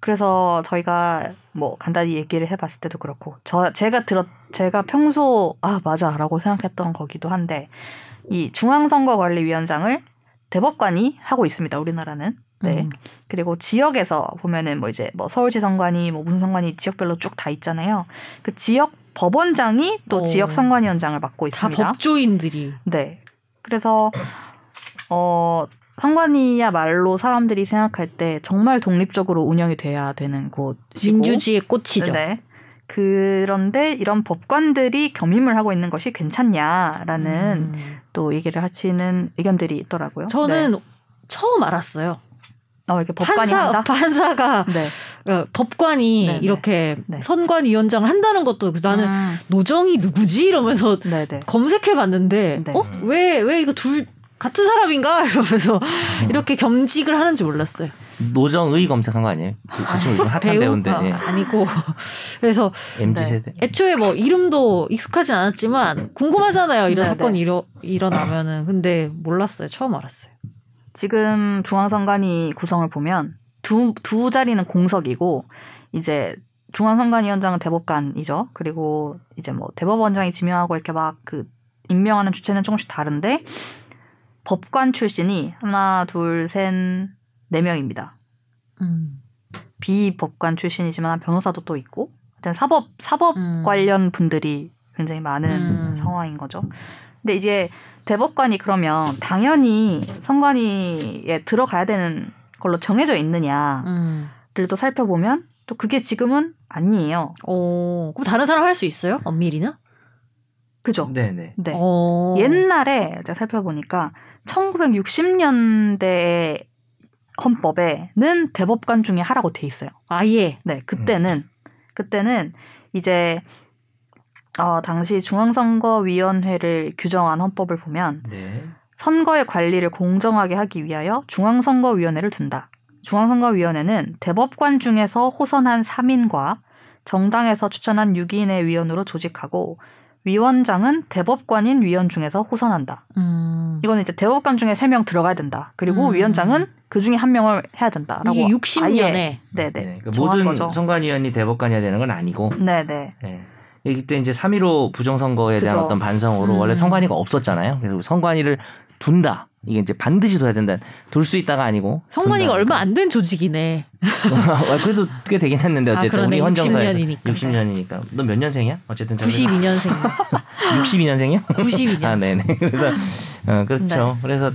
Speaker 4: 그래서 저희가 뭐 간단히 얘기를 해봤을 때도 그렇고, 저 제가 들었 제가 평소 아 맞아라고 생각했던 거기도 한데 이 중앙선거관리위원장을 대법관이 하고 있습니다. 우리나라는 네.
Speaker 2: 음.
Speaker 4: 그리고 지역에서 보면은 뭐 이제 뭐 서울시 선관위, 뭐 무슨 선관위 지역별로 쭉 다 있잖아요. 그 지역 법원장이 또
Speaker 2: 오.
Speaker 4: 지역 선관위원장을 맡고
Speaker 2: 다
Speaker 4: 있습니다.
Speaker 2: 법조인들이
Speaker 4: 네. 그래서 어 선관위야 말로 사람들이 생각할 때 정말 독립적으로 운영이 돼야 되는 곳이고
Speaker 2: 민주주의의 꽃이죠.
Speaker 4: 네. 그런데 이런 법관들이 겸임을 하고 있는 것이 괜찮냐라는
Speaker 2: 음.
Speaker 4: 또 얘기를 하시는 의견들이 있더라고요.
Speaker 2: 저는 처음 알았어요.
Speaker 4: 네. 어 이게 네. 법관이
Speaker 2: 판사,
Speaker 4: 한다.
Speaker 2: 판사가
Speaker 4: 네.
Speaker 2: 어, 법관이
Speaker 4: 네네.
Speaker 2: 이렇게
Speaker 4: 네.
Speaker 2: 선관위원장을 한다는 것도 그 나는
Speaker 4: 음,
Speaker 2: 노정이 누구지 이러면서
Speaker 4: 네, 네.
Speaker 2: 검색해봤는데
Speaker 4: 네.
Speaker 3: 음.
Speaker 2: 어 왜 왜 이거 둘 같은 사람인가 [laughs] 이러면서 이렇게 겸직을 하는지 몰랐어요.
Speaker 3: 노정의 검색한 거 아니에요? 그, 그 친구 요즘 핫한 배우인데
Speaker 2: 배우가
Speaker 3: 예.
Speaker 2: 아니고 [laughs] 그래서
Speaker 3: MZ 세대.
Speaker 2: 애초에 뭐 이름도 익숙하진 않았지만 궁금하잖아요. 이런
Speaker 4: 네,
Speaker 2: 사건이 일어, 일어나면은 근데 몰랐어요. 처음 알았어요.
Speaker 4: 지금 중앙선관위 구성을 보면 두, 두 자리는 공석이고 이제 중앙선관위원장은 대법관이죠. 그리고 이제 뭐 대법원장이 지명하고 이렇게 막 그 임명하는 주체는 조금씩 다른데 법관 출신이 하나 둘셋네 명입니다.
Speaker 2: 음.
Speaker 4: 비법관 출신이지만 변호사도 또 있고 일단 사법 사법
Speaker 2: 음.
Speaker 4: 관련 분들이 굉장히 많은
Speaker 2: 음.
Speaker 4: 상황인 거죠. 근데 이제 대법관이 그러면 당연히 선관위에 들어가야 되는 걸로 정해져 있느냐를
Speaker 2: 음.
Speaker 4: 또 살펴보면 또 그게 지금은 아니에요.
Speaker 2: 오, 어. 그럼 다른 사람 할 수 있어요? 엄밀히는? 어.
Speaker 4: 그죠?
Speaker 3: 네네.
Speaker 4: 네.
Speaker 2: 오.
Speaker 4: 옛날에 제가 살펴보니까 1960년대에 헌법에는 대법관 중에 하라고 돼 있어요.
Speaker 2: 아예
Speaker 4: 네, 그때는 그때는 이제 어, 당시 중앙선거위원회를 규정한 헌법을 보면
Speaker 3: 네.
Speaker 4: 선거의 관리를 공정하게 하기 위하여 중앙선거위원회를 둔다. 중앙선거위원회는 대법관 중에서 호선한 3인과 정당에서 추천한 6인의 위원으로 조직하고 위원장은 대법관인 위원 중에서 호선한다.
Speaker 2: 음.
Speaker 4: 이거는 이제 대법관 중에 3명 들어가야 된다. 그리고
Speaker 2: 음.
Speaker 4: 위원장은 그 중에 한 명을 해야 된다라고.
Speaker 2: 이게 60년에
Speaker 4: 아예- 네네.
Speaker 3: 그러니까
Speaker 4: 정한
Speaker 3: 모든
Speaker 4: 거죠.
Speaker 3: 선관위원이 대법관이어야 되는 건 아니고
Speaker 4: 네네.
Speaker 3: 예. 이때 이제 3.15 부정선거에 대한
Speaker 4: 그죠.
Speaker 3: 어떤 반성으로
Speaker 2: 음.
Speaker 3: 원래 선관위가 없었잖아요. 그래서 선관위를 둔다. 이게 이제 반드시 둬야 된다. 둘 수 있다가 아니고.
Speaker 2: 선관위가
Speaker 3: 둔다.
Speaker 2: 얼마 안 된 조직이네.
Speaker 3: [laughs] 아, 그래도 꽤 되긴 했는데
Speaker 2: 아,
Speaker 3: 어쨌든
Speaker 2: 그러네.
Speaker 3: 우리 헌정사에서
Speaker 2: 60년이니까.
Speaker 3: 60년이니까. 너 몇 년생이야? 어쨌든
Speaker 2: 92년생.
Speaker 3: [laughs] 62년생이요?
Speaker 2: 92년.
Speaker 3: [laughs] 아, 네네. 그래서 어, 그렇죠. 그래서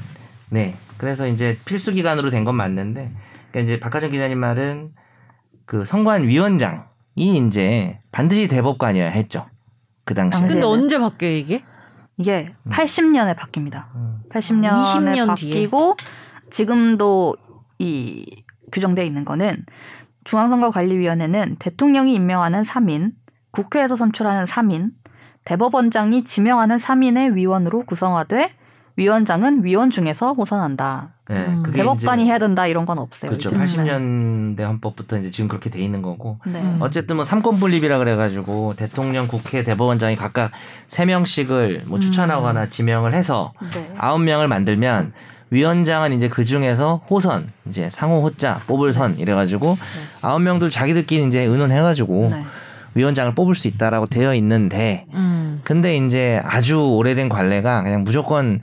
Speaker 3: 네. 그래서 이제 필수 기관으로 된 건 맞는데 그러니까 이제 박하정 기자님 말은 그 선관 위원장이 이제 반드시 대법관이어야 했죠. 그 당시에.
Speaker 4: 당시에.
Speaker 2: 근데
Speaker 4: 네.
Speaker 2: 언제 바뀌어 이게?
Speaker 4: 이게 80년에 바뀝니다.
Speaker 2: 아,
Speaker 3: 음.
Speaker 4: 80년에
Speaker 2: 20년 뒤에.
Speaker 4: 바뀌고 지금도 이 규정돼 있는 거는 중앙선거관리위원회는 대통령이 임명하는 3인, 국회에서 선출하는 3인, 대법원장이 지명하는 3인의 위원으로 구성화돼 위원장은 위원 중에서 호선한다.
Speaker 3: 네,
Speaker 2: 음.
Speaker 3: 그게
Speaker 4: 대법관이
Speaker 3: 이제
Speaker 4: 해야 된다 이런 건 없어요.
Speaker 3: 그렇죠.
Speaker 4: 요즘은.
Speaker 3: 80년대 헌법부터 이제 지금 그렇게 돼 있는 거고.
Speaker 4: 네.
Speaker 2: 음.
Speaker 3: 어쨌든 뭐 삼권 분립이라 그래가지고 대통령, 국회, 대법원장이 각각 세 명씩을 뭐 추천하거나 지명을 해서
Speaker 4: 음. 네.
Speaker 3: 아홉 명을 만들면 위원장은 이제 그 중에서 호선 이제 상호 호자 뽑을 선
Speaker 4: 네.
Speaker 3: 이래가지고 아홉 명들 자기들끼리 이제 의논해가지고
Speaker 4: 네.
Speaker 3: 위원장을 뽑을 수 있다라고 되어 있는데
Speaker 2: 음.
Speaker 3: 근데 이제 아주 오래된 관례가 그냥 무조건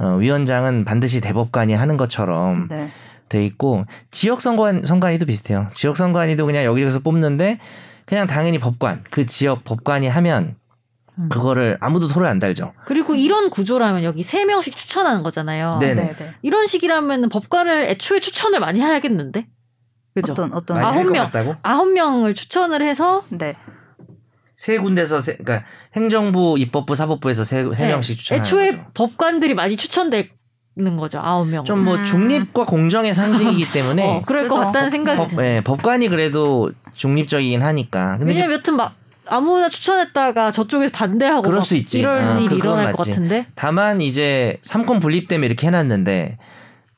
Speaker 3: 어, 위원장은 반드시 대법관이 하는 것처럼
Speaker 4: 네.
Speaker 3: 돼 있고 지역 선관 선관위도 비슷해요. 지역 선관위도 그냥 여기저기서 뽑는데 그냥 당연히 법관 그 지역 법관이 하면
Speaker 2: 음.
Speaker 3: 그거를 아무도 토를 안 달죠.
Speaker 2: 그리고 이런 구조라면 여기 세 명씩 추천하는 거잖아요.
Speaker 3: 네. 네네.
Speaker 4: 네. 네.
Speaker 2: 이런 식이라면 법관을 애초에 추천을 많이 해야겠는데. 그죠?
Speaker 4: 어떤 어떤
Speaker 3: 많이
Speaker 2: 아홉
Speaker 3: 할것
Speaker 2: 명.
Speaker 3: 같다고?
Speaker 2: 아홉 명을 추천을 해서
Speaker 4: 네.
Speaker 3: 세 군데서 세, 그러니까 행정부, 입법부, 사법부에서 세, 세
Speaker 2: 네.
Speaker 3: 명씩 추천하는
Speaker 2: 애초에
Speaker 3: 거죠.
Speaker 2: 법관들이 많이 추천되는 거죠. 아홉 명.
Speaker 3: 좀 뭐
Speaker 4: 음.
Speaker 3: 중립과 공정의
Speaker 2: [laughs]
Speaker 3: 상징이기
Speaker 2: 어,
Speaker 3: 때문에
Speaker 2: 그럴 것
Speaker 4: 그죠.
Speaker 2: 같다는 생각이
Speaker 3: 법,
Speaker 2: 드는.
Speaker 3: 예, 법관이 그래도 중립적이긴 하니까. 근데 이제
Speaker 2: 왜냐면 여튼 막 아무나 추천했다가 저쪽에서 반대하고
Speaker 3: 그럴
Speaker 2: 막
Speaker 3: 수 있지.
Speaker 2: 이런
Speaker 3: 아,
Speaker 2: 일이
Speaker 3: 그건
Speaker 2: 일어날 것
Speaker 3: 맞지.
Speaker 2: 같은데.
Speaker 3: 다만 이제 삼권 분립 때문에 이렇게 해놨는데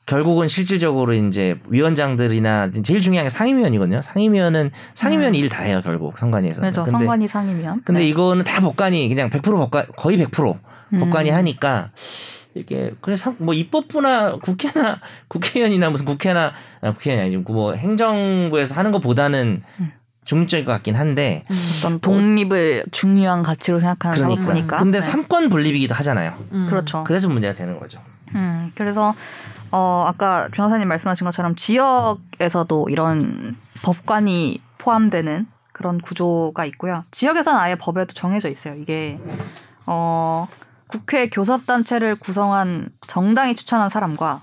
Speaker 3: 결국은 실질적으로 이제 위원장들이나 제일 중요한 게 상임위원이거든요. 상임위원은 상임위원이 일 다 해요 결국 선관위에서.
Speaker 4: 음. 그렇죠. 선관위 상임위원.
Speaker 3: 네, 근데
Speaker 4: 네.
Speaker 3: 이거는 다 법관이 그냥 100% 법관 거의 100% 법관이
Speaker 4: 음.
Speaker 3: 하니까 이렇게 그래서 뭐 입법부나 국회나 [laughs] 국회의원이나 무슨 국회나 아, 국회의원이 아니지 뭐 행정부에서 하는 것보다는
Speaker 4: 음.
Speaker 3: 중립적일 것 같긴 한데
Speaker 4: 어떤 독립을 중요한 가치로 생각하는
Speaker 3: 그러니까.
Speaker 4: 사법부니까.
Speaker 3: 근데
Speaker 4: 네.
Speaker 3: 삼권 분립이기도 하잖아요.
Speaker 2: 음.
Speaker 4: 그렇죠.
Speaker 3: 그래서 문제가 되는 거죠.
Speaker 4: 음, 그래서 어 아까 변호사님 말씀하신 것처럼 지역에서도 이런 법관이 포함되는 그런 구조가 있고요. 지역에서는 아예 법에도 정해져 있어요. 이게 어 국회 교섭단체를 구성한 정당이 추천한 사람과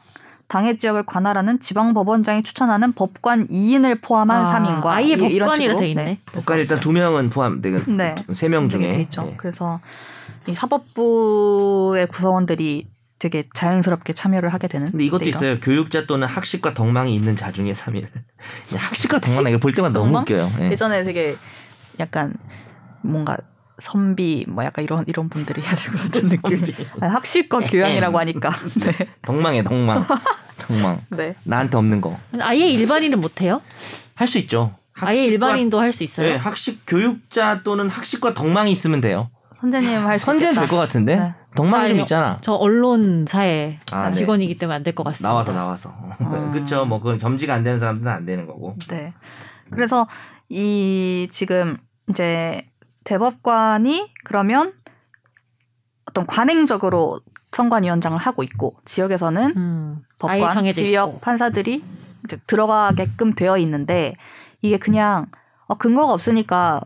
Speaker 4: 당의 지역을 관할하는 지방법원장이 추천하는 법관 2인을 포함한
Speaker 2: 아,
Speaker 4: 삼 3인과
Speaker 2: 아예
Speaker 4: 이- 이런
Speaker 2: 법관이라
Speaker 4: 식으로.
Speaker 2: 돼 있네.
Speaker 3: 법관 일단 두 명은 포함되는
Speaker 4: 네.
Speaker 3: 세명
Speaker 4: 되게 돼
Speaker 3: 중에
Speaker 4: 있죠.
Speaker 2: 네.
Speaker 3: 예.
Speaker 4: 그래서 이 사법부의 구성원들이 되게 자연스럽게 참여를 하게 되는.
Speaker 3: 근데 이것도
Speaker 4: 네, 이런.
Speaker 3: 있어요. 교육자 또는 학식과 덕망이 있는 [laughs] 자 중에 3일. 학식과 덕망 이거 볼 때마다 너무
Speaker 4: 덕망? 네.
Speaker 3: 웃겨요. 예. [laughs]
Speaker 4: 예전에 되게 약간 뭔가 선비 뭐 약간 이런 이런 분들이 해야 될 것 같은 느낌. 아니, 학식과 교양이라고 하니까. 네.
Speaker 3: 덕망이에요, 덕망. 덕망.
Speaker 4: 네.
Speaker 3: 나한테 없는 거.
Speaker 2: 아예 일반인은 못 해요?
Speaker 3: 할 수 있죠.
Speaker 2: 아예
Speaker 3: 학식과-
Speaker 2: 일반인도 할 수 있어요?
Speaker 3: 예, 학식 교육자 또는 학식과 덕망이 있으면 돼요.
Speaker 4: 선재님 할수
Speaker 3: 선제는 될 것 같은데
Speaker 4: 네.
Speaker 3: 덕망이 좀
Speaker 2: 아니요.
Speaker 3: 있잖아.
Speaker 2: 저 언론사의
Speaker 3: 아, 네.
Speaker 2: 직원이기 때문에 안 될 것 같습니다.
Speaker 3: 나와서 나와서. 그렇죠. 뭐 그건 겸지가 안 되는 사람들은 안 되는 거고.
Speaker 4: 네. 그래서 이 지금 이제 대법관이 그러면 어떤 관행적으로 선관위원장을 하고 있고 지역에서는
Speaker 2: 음, 아예
Speaker 4: 법관,
Speaker 2: 정해져
Speaker 4: 지역
Speaker 2: 있고.
Speaker 4: 판사들이 이제 들어가게끔 되어 있는데 이게 그냥 어, 근거가 없으니까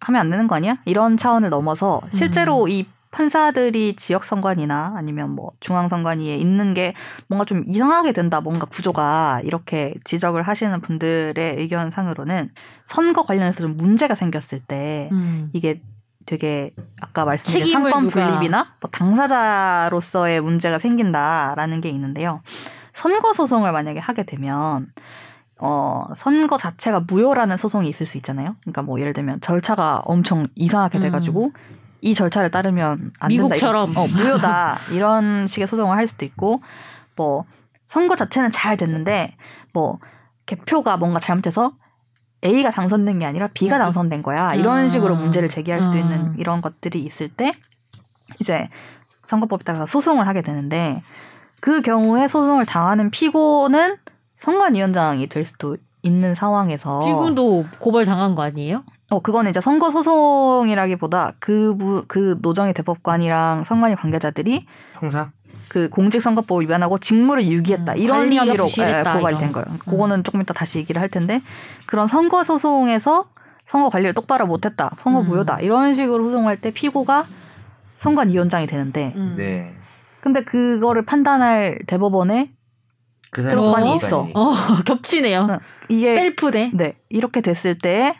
Speaker 4: 하면 안 되는 거 아니야? 이런 차원을 넘어서 실제로
Speaker 2: 음.
Speaker 4: 이 판사들이 지역 선관이나 아니면 뭐 중앙 선관위에 있는 게 뭔가 좀 이상하게 된다, 뭔가 구조가 이렇게 지적을 하시는 분들의 의견 상으로는 선거 관련해서 좀 문제가 생겼을 때
Speaker 2: 음.
Speaker 4: 이게 되게 아까 말씀드린
Speaker 2: 책임을
Speaker 4: 상권
Speaker 2: 누가-
Speaker 4: 분립이나 뭐 당사자로서의 문제가 생긴다라는 게 있는데요. 선거 소송을 만약에 하게 되면 어, 선거 자체가 무효라는 소송이 있을 수 있잖아요. 그러니까 뭐 예를 들면 절차가 엄청 이상하게 돼가지고 이 절차를 따르면
Speaker 2: 음.
Speaker 4: 안 된다.
Speaker 2: 미국처럼.
Speaker 4: 어, 무효다 이런 식의 소송을 할 수도 있고 뭐 선거 자체는 잘 됐는데 뭐 개표가 뭔가 잘못해서 A가 당선된 게 아니라 B가
Speaker 2: 음.
Speaker 4: 당선된 거야 이런 식으로
Speaker 2: 음.
Speaker 4: 문제를 제기할 수도
Speaker 2: 음.
Speaker 4: 있는 이런 것들이 있을 때 이제 선거법에 따라서 소송을 하게 되는데 그 경우에 소송을 당하는 피고는 선관위원장이 될 수도 있는
Speaker 3: 어.
Speaker 4: 상황에서
Speaker 2: 지금도 고발 당한 거 아니에요?
Speaker 4: 어, 그건 이제 선거 소송이라기보다 그, 무, 그 노정의 대법관이랑 선관위 관계자들이
Speaker 3: 형사?
Speaker 4: 그 공직선거법 위반하고 직무를 유기했다.
Speaker 2: 음,
Speaker 4: 이런
Speaker 2: 관리가
Speaker 4: 혐의로
Speaker 2: 부실했다,
Speaker 4: 예, 고발이
Speaker 2: 이런.
Speaker 4: 된 거예요. 그거는 조금 이따 다시 얘기를 할 텐데 그런 선거 소송에서 선거 관리를 똑바로 못했다. 선거
Speaker 2: 음.
Speaker 4: 무효다. 이런 식으로 소송할 때 피고가 선관위원장이 되는데
Speaker 2: 음.
Speaker 3: 네.
Speaker 4: 근데 그거를 판단할 대법원에
Speaker 3: 그
Speaker 4: 들어가니
Speaker 3: 사람이
Speaker 4: 있어.
Speaker 3: 일반인이.
Speaker 2: 어, [laughs] 겹치네요.
Speaker 4: 이게
Speaker 2: 셀프네.
Speaker 4: 네 이렇게 됐을 때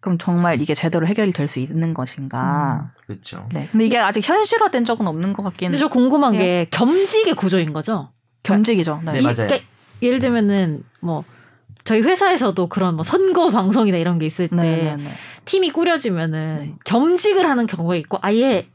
Speaker 4: 그럼 정말 이게 제대로 해결이 될 수 있는 것인가?
Speaker 3: 그렇죠.
Speaker 4: 네. 근데 이게 아직 현실화된 적은 없는 것 같긴.
Speaker 2: 근데 저 궁금한 게 겸직의 구조인 거죠?
Speaker 4: 겸직이죠.
Speaker 3: 네,
Speaker 4: 네.
Speaker 2: 이-
Speaker 3: 맞아요.
Speaker 2: 그러니까 예를 들면은 뭐 저희 회사에서도 그런 뭐 선거 방송이나 이런 게 있을 때
Speaker 4: 네, 네, 네.
Speaker 2: 팀이 꾸려지면은
Speaker 4: 네.
Speaker 2: 겸직을 하는 경우가 있고 아예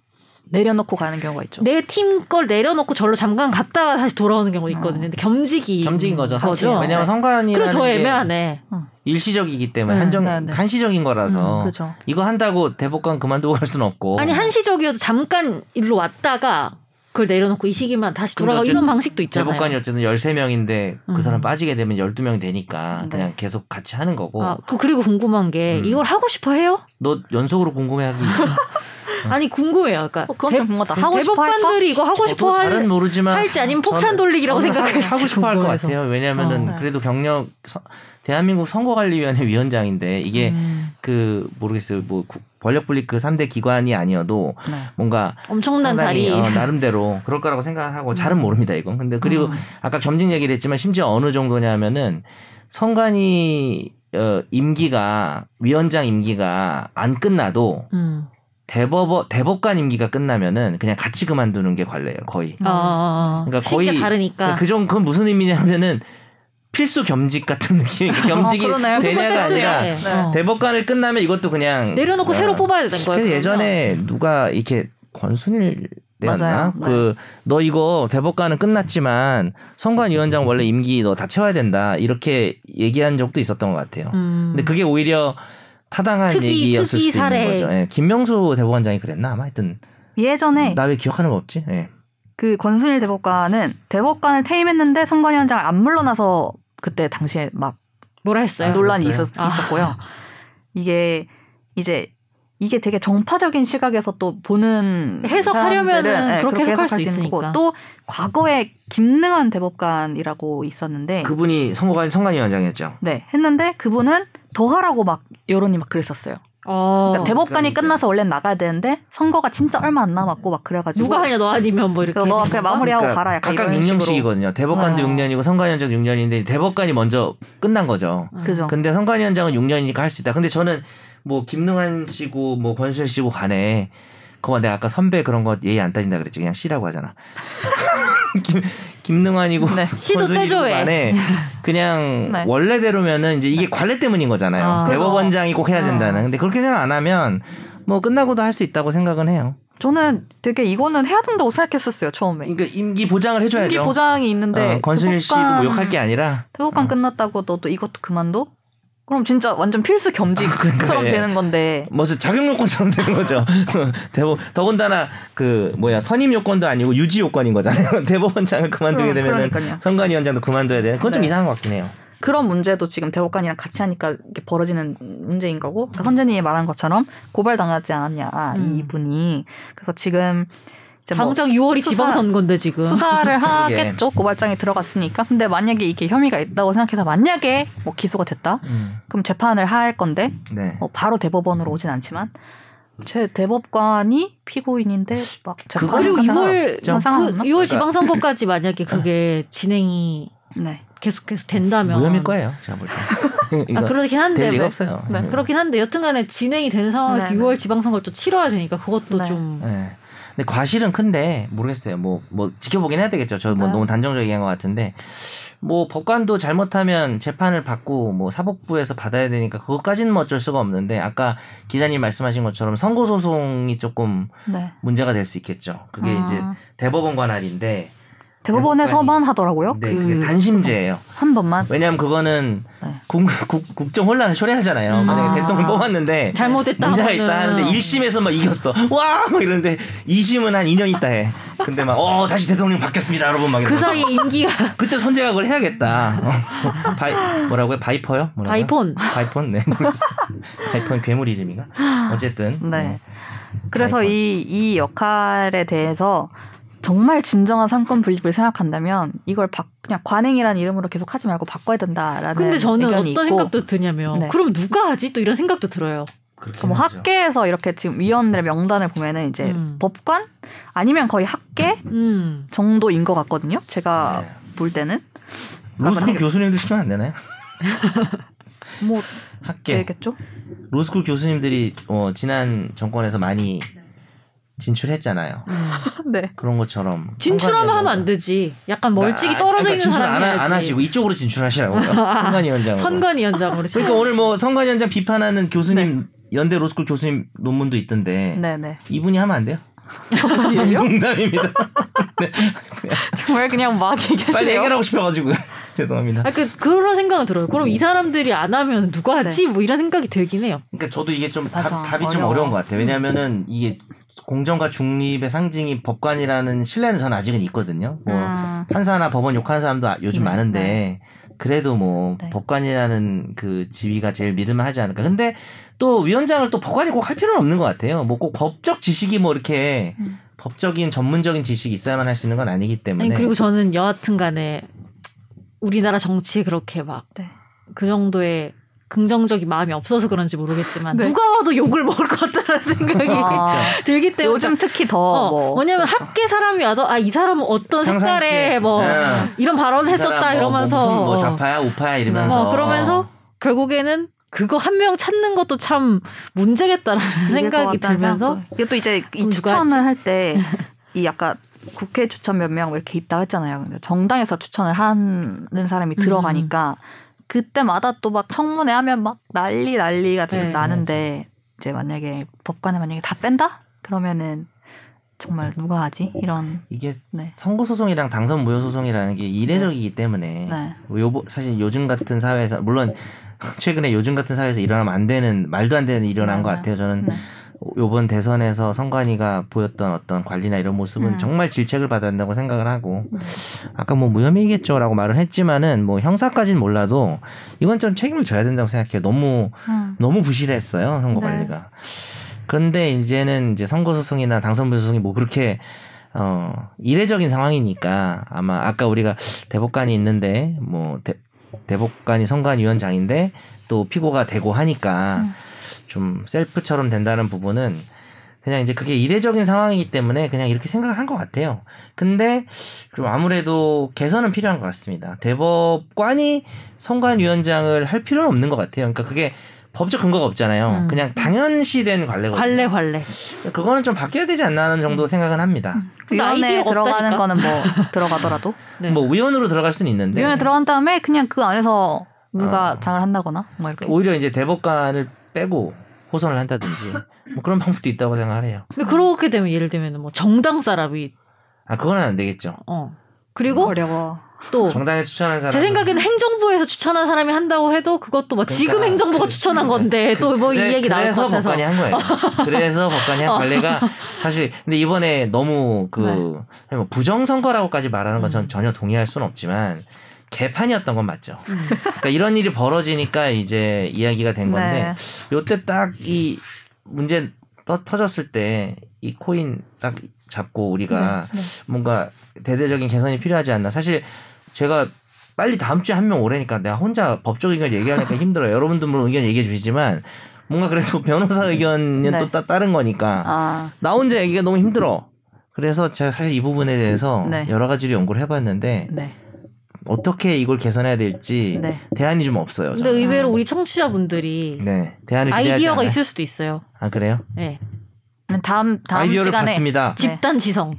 Speaker 4: 내려놓고 가는 경우가
Speaker 3: 그렇죠.
Speaker 4: 있죠.
Speaker 2: 내 팀 걸 내려놓고 절로 잠깐 갔다가 다시 돌아오는 경우가 있거든요. 근데 겸직이
Speaker 3: 점진 어. 거죠. 사실.
Speaker 2: 거죠. 네. 그럼
Speaker 3: 왜냐하면 선관이라는
Speaker 2: 더
Speaker 3: 게
Speaker 2: 애매하네.
Speaker 3: 일시적이기 때문에
Speaker 2: 네, 음,
Speaker 3: 한정
Speaker 4: 네, 네.
Speaker 3: 한시적인 거라서
Speaker 4: 그렇죠.
Speaker 3: 이거 한다고 대법관 그만두고 갈 수는 없고.
Speaker 2: 아니 한시적이어도 잠깐 일로 왔다가 그걸 내려놓고 이 시기만 다시
Speaker 3: 근데
Speaker 2: 돌아가고
Speaker 3: 어쨌든
Speaker 2: 이런 방식도 있잖아요.
Speaker 3: 대법관이 어쨌든 13명인데
Speaker 2: 네. 음.
Speaker 3: 그 사람 빠지게 되면 12명이 되니까
Speaker 4: 네.
Speaker 3: 그냥 계속 같이 하는 거고
Speaker 2: 아, 그- 그리고 궁금한 게
Speaker 3: 음.
Speaker 2: 이걸 하고 싶어 해요?
Speaker 3: 너 연속으로 궁금해하기
Speaker 2: [laughs]
Speaker 3: 있어? 음.
Speaker 2: 아니 궁금해요. 그러니까
Speaker 4: 어, 그건
Speaker 2: 대-
Speaker 4: 좀 궁금하다. 하고 싶어
Speaker 2: 대법관들이 이거 하고 싶어
Speaker 3: 저도 잘은
Speaker 2: 할,
Speaker 3: 모르지만
Speaker 2: 할지 아니면 폭탄
Speaker 3: 저는-
Speaker 2: 돌리기라고
Speaker 3: 저는
Speaker 2: 생각할지
Speaker 3: 하- 하고 싶어 할 것
Speaker 2: 궁금해서.
Speaker 3: 같아요. 왜냐면은
Speaker 4: 어, 네.
Speaker 3: 그래도 경력 서- 대한민국 선거관리위원회 위원장인데 이게
Speaker 2: 음,
Speaker 3: 그 모르겠어요. 뭐 구- 권력분립 그 3대 기관이 아니어도
Speaker 4: 네.
Speaker 3: 뭔가
Speaker 2: 엄청난
Speaker 3: 상당히
Speaker 2: 자리. 음.
Speaker 3: 어, 나름대로 그럴 거라고 생각하고 잘은 모릅니다 이건. 근데 그리고 아까 겸직 얘기를 했지만 심지어 어느 정도냐면은 선관위 어, 임기가 위원장 임기가 안 끝나도
Speaker 2: 음.
Speaker 3: 대법 대법관 임기가 끝나면은 그냥 같이 그만두는 게 관례예요 거의.
Speaker 2: 어, 어, 어.
Speaker 3: 그러니까
Speaker 2: 쉽게
Speaker 3: 거의-
Speaker 2: 다르니까.
Speaker 3: 그 좀 그건 무슨 의미냐면은 필수 겸직 같은
Speaker 2: [laughs]
Speaker 3: 느낌. 그러니까 겸직이
Speaker 4: 아, 그러네요.
Speaker 2: 무조건
Speaker 3: 되냐가
Speaker 2: 어, 세트네요.
Speaker 3: 아니라
Speaker 2: 네.
Speaker 4: 네.
Speaker 2: 어.
Speaker 3: 대법관을 끝나면 이것도 그냥
Speaker 2: 내려놓고
Speaker 3: 어,
Speaker 2: 새로 뽑아야 되는 거예요.
Speaker 3: 그래서
Speaker 2: 그러면?
Speaker 3: 예전에 누가 이렇게 권순일 때였나?
Speaker 4: 맞아요. 네.
Speaker 3: 그 너 이거 대법관은 끝났지만 선관위원장 원래 임기 너 다 채워야 된다 이렇게 얘기한 적도 있었던 것 같아요.
Speaker 2: 음.
Speaker 3: 근데 그게 오히려 타당한
Speaker 2: 특이-
Speaker 3: 얘기였을
Speaker 2: 특이
Speaker 3: 수도
Speaker 2: 사례.
Speaker 3: 있는 거죠. 예, 김명수 대법관장이 그랬나 아마 하여튼
Speaker 4: 예전에
Speaker 3: 나 왜 기억하는 거 없지? 예.
Speaker 4: 그 권순일 대법관은 대법관을 퇴임했는데 선관위원장을 안 물러나서 그때 당시에 막
Speaker 2: 뭐라 했어요?
Speaker 3: 아,
Speaker 4: 논란이
Speaker 3: 그랬어요?
Speaker 4: 있었, 고요 이게 이제 이게 되게 정파적인 시각에서 또 보는
Speaker 2: 해석하려면은
Speaker 4: 사람들은, 예,
Speaker 2: 그렇게 해석할 수
Speaker 4: 있는
Speaker 2: 있으니까.
Speaker 4: 거고 또 과거에 김능한 대법관이라고 있었는데
Speaker 3: 그분이 선거관 선관위원장이었죠.
Speaker 4: 네 했는데 그분은 더 하라고 막 여론이 막 그랬었어요.
Speaker 2: 어.
Speaker 4: 그러니까 대법관이
Speaker 3: 그러니까요.
Speaker 4: 끝나서 원래 나가야 되는데 선거가 진짜 얼마 안 남았고 막 그래가지고
Speaker 2: 누가 하냐 너 아니면 뭐 이렇게.
Speaker 4: 그래서 너가
Speaker 2: 되는
Speaker 4: 그냥
Speaker 2: 건가?
Speaker 4: 마무리하고 가라 약간
Speaker 3: 그러니까 각각
Speaker 4: 이런 6년씩이고
Speaker 3: 6년씩이거든요. 대법관도
Speaker 4: 아.
Speaker 3: 6년이고 선관위원장 6년인데 대법관이 먼저 끝난 거죠.
Speaker 2: 음.
Speaker 4: 그죠.
Speaker 3: 근데 선관위원장은 6년이니까 할 수 있다. 근데 저는 뭐 김능한 씨고 뭐 권순일 씨고 간에 그거 내가 아까 선배 그런 거 예의 안 따진다 그랬지. 그냥 씨라고 하잖아. [laughs] 김, 김능환이고
Speaker 4: 네,
Speaker 2: 씨도
Speaker 3: 권순일이고
Speaker 2: 떼줘해.
Speaker 3: 간에 그냥
Speaker 4: 네.
Speaker 3: 원래대로면은 이제 이게 관례 때문인 거잖아요.
Speaker 2: 아,
Speaker 3: 대법원장이 꼭 해야 된다는. 근데 그렇게 생각 안 하면 뭐 끝나고도 할 수 있다고 생각은 해요.
Speaker 4: 저는 되게 이거는 해야 된다고 생각했었어요 처음에.
Speaker 3: 그러니까 임기 보장을 해줘야죠.
Speaker 4: 임기 보장이 네, 그 있는데
Speaker 3: 어, 권순일 씨고 뭐 욕할 게 어. 아니라
Speaker 4: 태국관 끝났다고 너도 이것도 그만둬? 그럼 진짜 완전 필수 겸직처럼
Speaker 3: 예.
Speaker 4: 되는 건데
Speaker 3: 뭐죠 자격 요건처럼 되는 거죠. [laughs] 대법 더군다나 그 뭐야 선임 요건도 아니고 유지 요건인 거잖아요. [laughs] 대법원장을 그만두게
Speaker 4: 음, 그럼-
Speaker 3: 되면
Speaker 4: 그러니까요.
Speaker 3: 선관위원장도 그만둬야 되는. 그건 좀
Speaker 4: 네.
Speaker 3: 이상한 것 같긴 해요.
Speaker 4: 그런 문제도 지금 대법관이랑 같이 하니까 이렇게 벌어지는 문제인 거고 그러니까 선재님이 말한 것처럼 고발 당하지 않았냐
Speaker 2: 음.
Speaker 4: 이분이 그래서 지금 이제 뭐
Speaker 2: 당장 6월이
Speaker 4: 수사-
Speaker 2: 지방선거인데 지금.
Speaker 4: 수사를
Speaker 3: [laughs] 그러게.
Speaker 4: 하겠죠 고발장이 들어갔으니까 근데 만약에 이게 혐의가 있다고 생각해서 만약에 뭐 기소가 됐다 그럼 재판을 할 건데
Speaker 3: 네.
Speaker 4: 뭐 바로 대법원으로 오진 않지만 제 대법관이 피고인인데 막 재판
Speaker 2: 그리고
Speaker 3: 그건
Speaker 2: 6월
Speaker 3: 상관없죠.
Speaker 2: 그
Speaker 4: 상관없나? 그러니까
Speaker 2: 6월 지방선거까지 만약에
Speaker 4: [laughs]
Speaker 2: 그게 진행이
Speaker 3: 그러니까
Speaker 4: 네.
Speaker 2: 계속 계속 된다면
Speaker 3: 무혐일 거예요. 제가
Speaker 4: [laughs]
Speaker 3: 볼 때.
Speaker 2: 아
Speaker 3: 이거
Speaker 2: 그렇긴 한데
Speaker 3: 될 리가
Speaker 2: 뭐-
Speaker 3: 없어요.
Speaker 4: 네,
Speaker 3: 음.
Speaker 2: 그렇긴 한데 여튼간에 진행이 되는 상황에서
Speaker 4: 네, 네.
Speaker 2: 6월 지방선거를 또 치러야 되니까 그것도
Speaker 4: 네.
Speaker 2: 좀
Speaker 3: 네. 근데 과실은 큰데 모르겠어요. 뭐 뭐 지켜보긴 해야 되겠죠. 저 뭐
Speaker 4: 아.
Speaker 3: 너무 단정적인 얘기한 것 같은데 뭐 법관도 잘못하면 재판을 받고 뭐 사법부에서 받아야 되니까 그것까지는 뭐 어쩔 수가 없는데 아까 기자님 말씀하신 것처럼 선고 소송이 조금
Speaker 4: 네.
Speaker 3: 문제가 될 수 있겠죠. 그게
Speaker 4: 아.
Speaker 3: 이제 대법원 관할인데
Speaker 4: 대법원에서만 하더라고요.
Speaker 3: 네,
Speaker 4: 그
Speaker 3: 그게
Speaker 4: 한
Speaker 3: 단심제예요.
Speaker 4: 번만.
Speaker 3: 왜냐하면 그거는
Speaker 4: 네.
Speaker 3: 국, 국, 국정 혼란을 초래하잖아요. 만약에
Speaker 4: 아.
Speaker 3: 대통령 뽑았는데
Speaker 2: 잘못했다.
Speaker 3: 문제가 있다 하는데 1심에서 막 이겼어. 와! 막 이러는데 2심은 한 2년 있다 해. 근데 막, 어, 다시 대통령 바뀌었습니다, 여러분. 막
Speaker 2: 그
Speaker 3: 이러고.
Speaker 4: [laughs]
Speaker 2: 사이에 임기가
Speaker 3: 그때 선재가 그걸 해야겠다. 어. 바이, 뭐라고요? 바이퍼요? 뭐라고요?
Speaker 4: 아,
Speaker 2: 바이폰.
Speaker 3: 바이폰? 네, 모르겠어요. 바이폰 괴물 이름인가? 어쨌든.
Speaker 4: 네. 그래서
Speaker 3: 아이고.
Speaker 4: 이, 이 역할에 대해서 정말 진정한 상권 분립을 생각한다면 이걸 바- 그냥 관행이라는 이름으로 계속 하지 말고 바꿔야 된다라는
Speaker 2: 근데 저는 어떤
Speaker 4: 의견이 네. 있고
Speaker 2: 생각도 드냐면
Speaker 4: 네.
Speaker 2: 그럼 누가 하지? 또 이런 생각도 들어요.
Speaker 3: 그렇게
Speaker 4: 그뭐 학계에서 이렇게 지금 위원들의 명단을 보면은 이제
Speaker 2: 음.
Speaker 4: 법관 아니면 거의 학계
Speaker 2: 음.
Speaker 4: 정도인 것 같거든요. 제가 볼 때는
Speaker 3: 네. 로스쿨 교수님들 시키면 안 되나요?
Speaker 4: 뭐
Speaker 3: 학계.
Speaker 4: 되겠죠.
Speaker 3: 로스쿨 교수님들이 어, 지난 정권에서 많이 진출했잖아요.
Speaker 2: 음.
Speaker 4: 네.
Speaker 3: 그런 것처럼
Speaker 2: 진출하면 하면 안 되지. 약간 멀찍이 떨어져 있는
Speaker 3: 아, 그러니까 진출 안,
Speaker 2: 사람이
Speaker 3: 하- 안 하시고 이쪽으로 진출하시라고요. 선관위원장으로.
Speaker 2: 선관위원장으로.
Speaker 3: 그러니까 오늘 뭐 선관위원장 비판하는 교수님 연대 로스쿨 교수님 논문도 있던데
Speaker 4: 네네.
Speaker 3: 이분이 하면 안 돼요? [laughs] 농담입니다.
Speaker 4: 정말 그냥 막
Speaker 3: 빨리
Speaker 4: 얘기하세요.
Speaker 3: 해결하고 싶어가지고 [laughs] 죄송합니다.
Speaker 2: 아, 그, 그런 생각은 들어요. 그럼 이 사람들이 안 하면 누가
Speaker 4: 네.
Speaker 2: 하지? 뭐 이런 생각이 들긴 해요.
Speaker 3: 그러니까 저도 이게 좀
Speaker 4: 맞아,
Speaker 3: 답, 이
Speaker 4: 어려워.
Speaker 3: 좀 어려운 것 같아요. 왜냐하면은 이게 공정과 중립의 상징이 법관이라는 신뢰는 저는 아직은 있거든요. 뭐
Speaker 4: 음,
Speaker 3: 판사나 법원 욕하는 사람도 아- 요즘
Speaker 4: 네,
Speaker 3: 많은데 그래도 뭐
Speaker 4: 네.
Speaker 3: 법관이라는 그 지위가 제일 믿을만하지 않을까. 근데 또 위원장을 또 법관이 꼭 할 필요는 없는 것 같아요. 뭐 꼭 법적 지식이 뭐 이렇게
Speaker 4: 음.
Speaker 3: 법적인 전문적인 지식이 있어야만 할 수 있는 건 아니기 때문에.
Speaker 2: 아니, 그리고 저는 여하튼 간에 우리나라 정치에 그렇게 막 그
Speaker 4: 네.
Speaker 2: 정도의 긍정적인 마음이 없어서 그런지 모르겠지만
Speaker 4: 네.
Speaker 2: 누가 와도 욕을 먹을 것 같다는 생각이
Speaker 4: [laughs] 아,
Speaker 2: 들기 때문에
Speaker 4: 요즘 특히 더
Speaker 2: 어,
Speaker 4: 뭐.
Speaker 2: 뭐냐면 학계 사람이 와도 아 이 사람은 어떤
Speaker 3: 평상시에,
Speaker 2: 색깔의 뭐
Speaker 3: 예.
Speaker 2: 이런 발언을
Speaker 3: 이 사람
Speaker 2: [laughs] 했었다
Speaker 3: 뭐-
Speaker 2: 이러면서
Speaker 3: 뭐, 무슨 뭐
Speaker 2: 어.
Speaker 3: 좌파야 우파야 이러면서
Speaker 2: 어, 그러면서 결국에는 그거 한 명 찾는 것도 참 문제겠다라는
Speaker 4: 이길 것
Speaker 2: 생각이
Speaker 4: 같다는
Speaker 2: 들면서
Speaker 4: 생각도. 이게 또 이제 이
Speaker 2: 그럼 누가 하지?
Speaker 4: 추천을 할 때 이 아까 국회 추천 몇 명 이렇게 있다고 했잖아요. 근데 정당에서 추천을 하는 사람이
Speaker 2: 음.
Speaker 4: 들어가니까 그때마다 또 막 청문회 하면 막 난리 난리가 지금
Speaker 2: 네,
Speaker 4: 나는데 이제 만약에 법관에 만약에 다 뺀다 그러면은 정말 누가 하지 이런
Speaker 3: 이게
Speaker 4: 네.
Speaker 3: 선거 소송이랑 당선 무효 소송이라는 게 이례적이기 때문에
Speaker 4: 네.
Speaker 3: 뭐 요 사실 요즘 같은 사회에서 물론 [laughs] 최근에 요즘 같은 사회에서 일어나면 안 되는 말도 안 되는 일이 일어난 것
Speaker 4: 맞아요.
Speaker 3: 같아요. 저는
Speaker 4: 네.
Speaker 3: 요번 대선에서 선관위가 보였던 어떤 관리나 이런 모습은
Speaker 4: 음.
Speaker 3: 정말 질책을 받아야 한다고 생각을 하고
Speaker 4: 네.
Speaker 3: 아까 뭐 무혐의겠죠라고 말을 했지만은 뭐 형사까지는 몰라도 이건 좀 책임을 져야 된다고 생각해요. 너무
Speaker 4: 음.
Speaker 3: 너무 부실했어요 선거
Speaker 4: 네.
Speaker 3: 관리가. 근데 이제는 이제 선거 소송이나 당선 부 소송이 뭐 그렇게 어 이례적인 상황이니까 아마 아까 우리가 대법관이 있는데 뭐 대, 대법관이 선관위원장인데 또 피고가 되고 하니까
Speaker 4: 음.
Speaker 3: 좀 셀프처럼 된다는 부분은 그냥 이제 그게 이례적인 상황이기 때문에 그냥 이렇게 생각을 한 것 같아요. 근데 좀 아무래도 개선은 필요한 것 같습니다. 대법관이 선관위원장을 할 필요는 없는 것 같아요. 그러니까 그게 법적 근거가 없잖아요.
Speaker 2: 음.
Speaker 3: 그냥 당연시된 관례거든요.
Speaker 2: 관례 관례.
Speaker 3: 그거는 좀 바뀌어야 되지 않나 하는 정도 생각은 합니다.
Speaker 2: 근데
Speaker 4: 그 위원회
Speaker 2: 아이디어가
Speaker 4: 들어가는
Speaker 2: 없다니까.
Speaker 4: 거는 뭐 들어가더라도
Speaker 2: 네.
Speaker 3: 뭐 위원으로 들어갈 수는 있는데
Speaker 4: 위원회 들어간 다음에 그냥 그 안에서 누가
Speaker 3: 어.
Speaker 4: 장을 한다거나 뭐 이렇게
Speaker 3: 오히려 이제 대법관을 빼고 호선을 한다든지 뭐 그런 방법도 있다고 생각해요.
Speaker 2: 근데 그렇게 되면 예를 들면 뭐 정당 사람이
Speaker 3: 아 그건 안 되겠죠.
Speaker 2: 어 그리고
Speaker 4: 어려워.
Speaker 2: 또 제
Speaker 3: 정당에 추천한 사람
Speaker 2: 생각에는 행정부에서 추천한 사람이 한다고 해도 그것도 뭐 지금
Speaker 3: 그러니까
Speaker 2: 행정부가
Speaker 3: 그-
Speaker 2: 추천한 건데 또 뭐 이
Speaker 3: 그래-
Speaker 2: 얘기 나올 것
Speaker 3: 그래서
Speaker 2: 같아서
Speaker 3: 법관이 한
Speaker 2: [laughs]
Speaker 3: 거예요. 그래서 법관이 한
Speaker 2: 어.
Speaker 3: 관례가 사실 근데 이번에 너무 그 뭐 부정선거라고까지 말하는 건 전
Speaker 2: 네. 음.
Speaker 3: 전혀 동의할 수는 없지만 개판이었던 건 맞죠.
Speaker 2: 음.
Speaker 3: 그러니까 이런 일이 벌어지니까 이제 이야기가 된 건데
Speaker 4: 네.
Speaker 3: 요때 딱 이 문제 떠, 터졌을 때 이 코인 딱 잡고 우리가
Speaker 4: 네, 네.
Speaker 3: 뭔가 대대적인 개선이 필요하지 않나. 사실 제가 빨리 다음 주에 한 명 오래니까 내가 혼자 법적 의견 얘기하니까 힘들어요. 여러분도 물론 의견 얘기해 주시지만 뭔가 그래도 [laughs] 변호사 의견은
Speaker 4: 네.
Speaker 3: 또 따, 다른 거니까
Speaker 4: 아,
Speaker 3: 나 혼자 얘기가 너무 힘들어. 그래서 제가 사실 이 부분에 대해서
Speaker 4: 네.
Speaker 3: 여러 가지로 연구를 해봤는데
Speaker 4: 네.
Speaker 3: 어떻게 이걸 개선해야 될지
Speaker 4: 네.
Speaker 3: 대안이 좀 없어요.
Speaker 2: 근데
Speaker 3: 저는.
Speaker 2: 의외로 우리 청취자분들이
Speaker 3: 네, 대안을 기대하지
Speaker 2: 아이디어가
Speaker 3: 않아요.
Speaker 2: 있을 수도 있어요.
Speaker 4: 네.
Speaker 3: 아 그래요?
Speaker 2: 예.
Speaker 4: 다음 다음
Speaker 3: 아이디어를
Speaker 4: 시간에 네,
Speaker 3: 봤습니다.
Speaker 2: 집단 지성.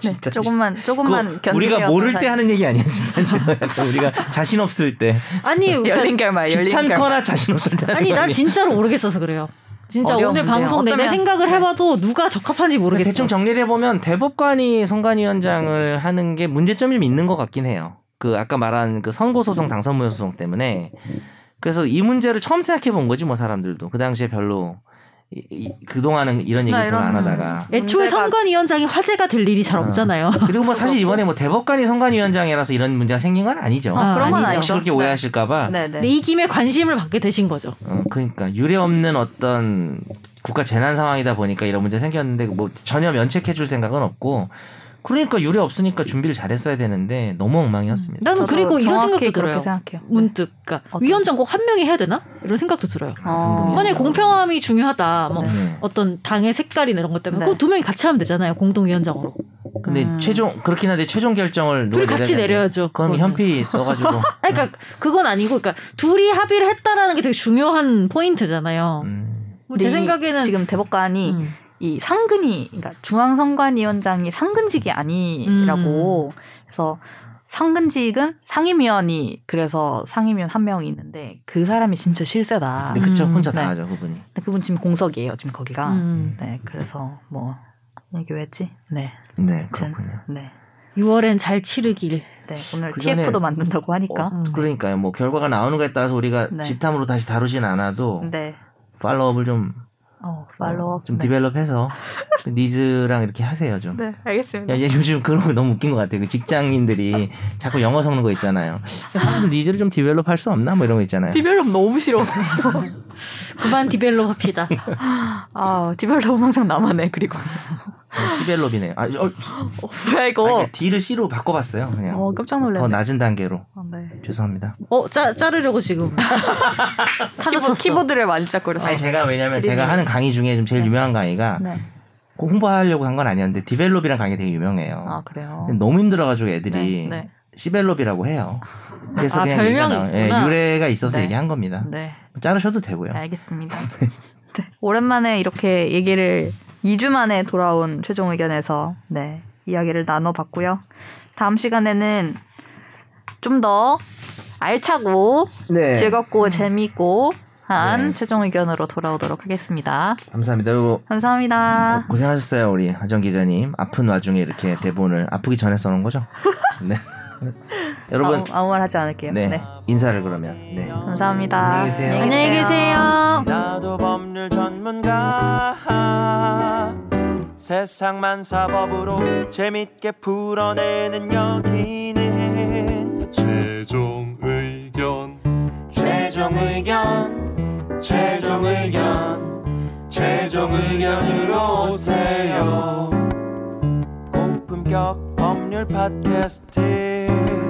Speaker 3: 진짜.
Speaker 4: 조금만 조금만
Speaker 3: 그거
Speaker 4: 견디세요.
Speaker 3: 우리가 모를 때
Speaker 4: 감사합니다.
Speaker 3: 하는 얘기 아니에요, 진짜. 지금 [laughs] 약간 우리가 자신 없을 때. [laughs]
Speaker 2: 아니 그러니까
Speaker 4: 열린 결말 열린 결말.
Speaker 3: 귀찮거나 자신 없을 때. 하는
Speaker 2: 아니
Speaker 3: 거
Speaker 2: 나
Speaker 3: 아니에요?
Speaker 2: 진짜로 모르겠어서 그래요. 진짜
Speaker 4: 어려운
Speaker 2: 오늘
Speaker 4: 문제예요.
Speaker 2: 방송 내내
Speaker 4: 어쩌면- 네.
Speaker 2: 생각을 해봐도 누가 적합한지
Speaker 3: 근데
Speaker 2: 모르겠어.
Speaker 3: 그러니까 대충 정리를 해보면 대법관이 송관위원장을 하는 게 문제점이 좀 있는 것 같긴 해요. 그 아까 말한 그 선고소송 당선무효소송 때문에 그래서 이 문제를 처음 생각해 본 거지 뭐 사람들도 그 당시에 별로 이- 이- 그동안은 이런 얘기
Speaker 4: 나
Speaker 3: 별로 안
Speaker 4: 이런-
Speaker 3: 하다가
Speaker 2: 애초에
Speaker 4: 문제가- 네.
Speaker 2: 선관위원장이 화제가 될 일이 잘
Speaker 3: 어.
Speaker 2: 없잖아요.
Speaker 3: 그리고 뭐 사실 이번에 뭐 대법관이 선관위원장이라서 이런 문제가 생긴 건 아니죠.
Speaker 2: 아,
Speaker 4: 그런
Speaker 2: 아니죠.
Speaker 4: 건 아니죠. 네.
Speaker 3: 혹시 그렇게 오해하실까봐
Speaker 4: 네네.
Speaker 2: 근데 이 김에 관심을 받게 되신 거죠.
Speaker 3: 어, 그러니까 유례 없는 어떤 국가 재난 상황이다 보니까 이런 문제 생겼는데 뭐 전혀 면책해줄 생각은 없고 그러니까 유례 없으니까 준비를 잘했어야 되는데 너무 엉망이었습니다.
Speaker 2: 나는
Speaker 4: 네. 저도
Speaker 2: 그리고 이런
Speaker 4: 정확히
Speaker 2: 생각도
Speaker 4: 그렇게
Speaker 2: 들어요.
Speaker 4: 생각해요.
Speaker 2: 문득 그러니까
Speaker 4: 어떤-
Speaker 2: 위원장 꼭 한 명이 해야 되나 이런 생각도 들어요.
Speaker 3: 음.
Speaker 4: 어.
Speaker 2: 만약 공평함이 중요하다, 뭐
Speaker 4: 네.
Speaker 3: 네.
Speaker 2: 어떤 당의 색깔이나 이런 것 때문에
Speaker 4: 네.
Speaker 2: 그럼 두 명이 같이 하면 되잖아요. 공동위원장으로
Speaker 3: 근데
Speaker 4: 음.
Speaker 3: 최종 그렇긴 한데 최종 결정을
Speaker 2: 둘이
Speaker 3: 누가
Speaker 2: 같이
Speaker 3: 내려야 돼요?
Speaker 2: 내려야죠.
Speaker 3: 그럼
Speaker 2: 그거는.
Speaker 3: 현피 떠가지고
Speaker 2: 아니, 그러니까 그건 아니고, 그러니까 둘이 합의를 했다라는 게 되게 중요한 포인트잖아요.
Speaker 3: 음,
Speaker 2: 뭐제
Speaker 4: 근데 이-
Speaker 2: 생각에는
Speaker 4: 네. 지금 대법관이
Speaker 2: 음.
Speaker 4: 이 상근이 그러니까 중앙선관위원장이 상근직이 아니라고
Speaker 2: 음.
Speaker 4: 그래서 상근직은 상임위원이 그래서 상임위원 한 명이 있는데 그 사람이 진짜 실세다.
Speaker 3: 근데 그쵸
Speaker 2: 음,
Speaker 3: 혼자
Speaker 4: 네.
Speaker 3: 다 하죠 그분이.
Speaker 4: 근데 그분 지금 공석이에요 지금 거기가.
Speaker 2: 음.
Speaker 4: 네 그래서 뭐 이게 왜지? 네
Speaker 3: 네
Speaker 4: 전-
Speaker 3: 그렇군요.
Speaker 4: 네.
Speaker 2: 6월엔 잘 치르길.
Speaker 4: 네, 오늘
Speaker 3: 그 전에-
Speaker 4: TF도 만든다고 하니까.
Speaker 2: 음.
Speaker 3: 그러니까요 뭐 결과가 나오는 거에 따라서 우리가
Speaker 4: 네.
Speaker 3: 집탐으로 다시 다루진 않아도
Speaker 4: 네.
Speaker 3: 팔로업을 좀
Speaker 4: 어,
Speaker 3: 어,
Speaker 4: 팔로우.
Speaker 3: 좀
Speaker 4: 네.
Speaker 3: 디벨롭해서 좀 니즈랑 이렇게 하세요 좀.
Speaker 4: [laughs] 네, 알겠습니다.
Speaker 3: 야, 얘 요즘 그런 거 너무 웃긴 것 같아요. 그 직장인들이 자꾸 영어 섞는 거 있잖아요. 사람들 니즈를 좀 디벨롭 할 수 없나? 뭐 이런 거 있잖아요.
Speaker 4: 디벨롭 너무 싫어.
Speaker 2: 그만 디벨롭 합시다.
Speaker 4: 아, 디벨롭 항상 남아네, 그리고. [laughs]
Speaker 3: 어, 시벨롭이네요. 아, 어,
Speaker 4: 어, 뭐야, 이거.
Speaker 3: 아니, 그러니까 D를 C로 바꿔봤어요. 그냥.
Speaker 4: 어, 깜짝
Speaker 3: 더
Speaker 4: 놀랐네.
Speaker 3: 낮은 단계로.
Speaker 4: 아, 네.
Speaker 3: 죄송합니다.
Speaker 2: 어, 짜, 자르려고
Speaker 4: [laughs]
Speaker 2: 지금. 타서 쳤어.
Speaker 4: 키보드, 키보드를 많이 짝거렸어.
Speaker 3: 아니, 제가 왜냐면 제가
Speaker 4: 기대돼요.
Speaker 3: 하는 강의 중에 좀 제일
Speaker 4: 네.
Speaker 3: 유명한 강의가
Speaker 4: 네.
Speaker 3: 꼭 홍보하려고 한 건 아니었는데 디벨롭이라는 강의가 되게 유명해요.
Speaker 4: 아, 그래요.
Speaker 3: 근데 너무 힘들어가지고 애들이
Speaker 4: 네. 네.
Speaker 3: 시벨롭이라고 해요. 그래서
Speaker 2: 아,
Speaker 3: 그냥 얘기가
Speaker 2: 별명이
Speaker 3: 나와요. 예,
Speaker 2: 있구나.
Speaker 3: 유래가 있어서
Speaker 4: 네.
Speaker 3: 얘기한 겁니다.
Speaker 4: 네.
Speaker 3: 자르셔도 되고요. 아,
Speaker 4: 알겠습니다. [laughs] 네. 오랜만에 이렇게 얘기를 2주 만에 돌아온 최종 의견에서 네, 이야기를 나눠봤고요. 다음 시간에는 좀 더 알차고
Speaker 3: 네.
Speaker 4: 즐겁고 재미있고 한
Speaker 3: 네.
Speaker 4: 최종 의견으로 돌아오도록 하겠습니다.
Speaker 3: 감사합니다. 그리고
Speaker 4: 감사합니다.
Speaker 3: 고, 생하셨어요 우리 하정 기자님 아픈 와중에 이렇게 대본을 아프기 전에 써놓은
Speaker 4: [laughs]
Speaker 3: 거죠? 네 [laughs] 여러분
Speaker 4: 아무, 아무 말 하지 않을게요.
Speaker 3: 네,
Speaker 4: 네.
Speaker 3: 인사를 그러면 네.
Speaker 4: 감사합니다.
Speaker 3: 안녕히 계세요. 네.
Speaker 2: 안녕히 계세요.
Speaker 5: 나도 법률 전문가 세상만 사법으로 재밌게 풀어내는 여기는
Speaker 6: 최종 의견
Speaker 5: 최종 의견 최종 의견 최종 의견으로 오세요 고품격 법률 팟캐스트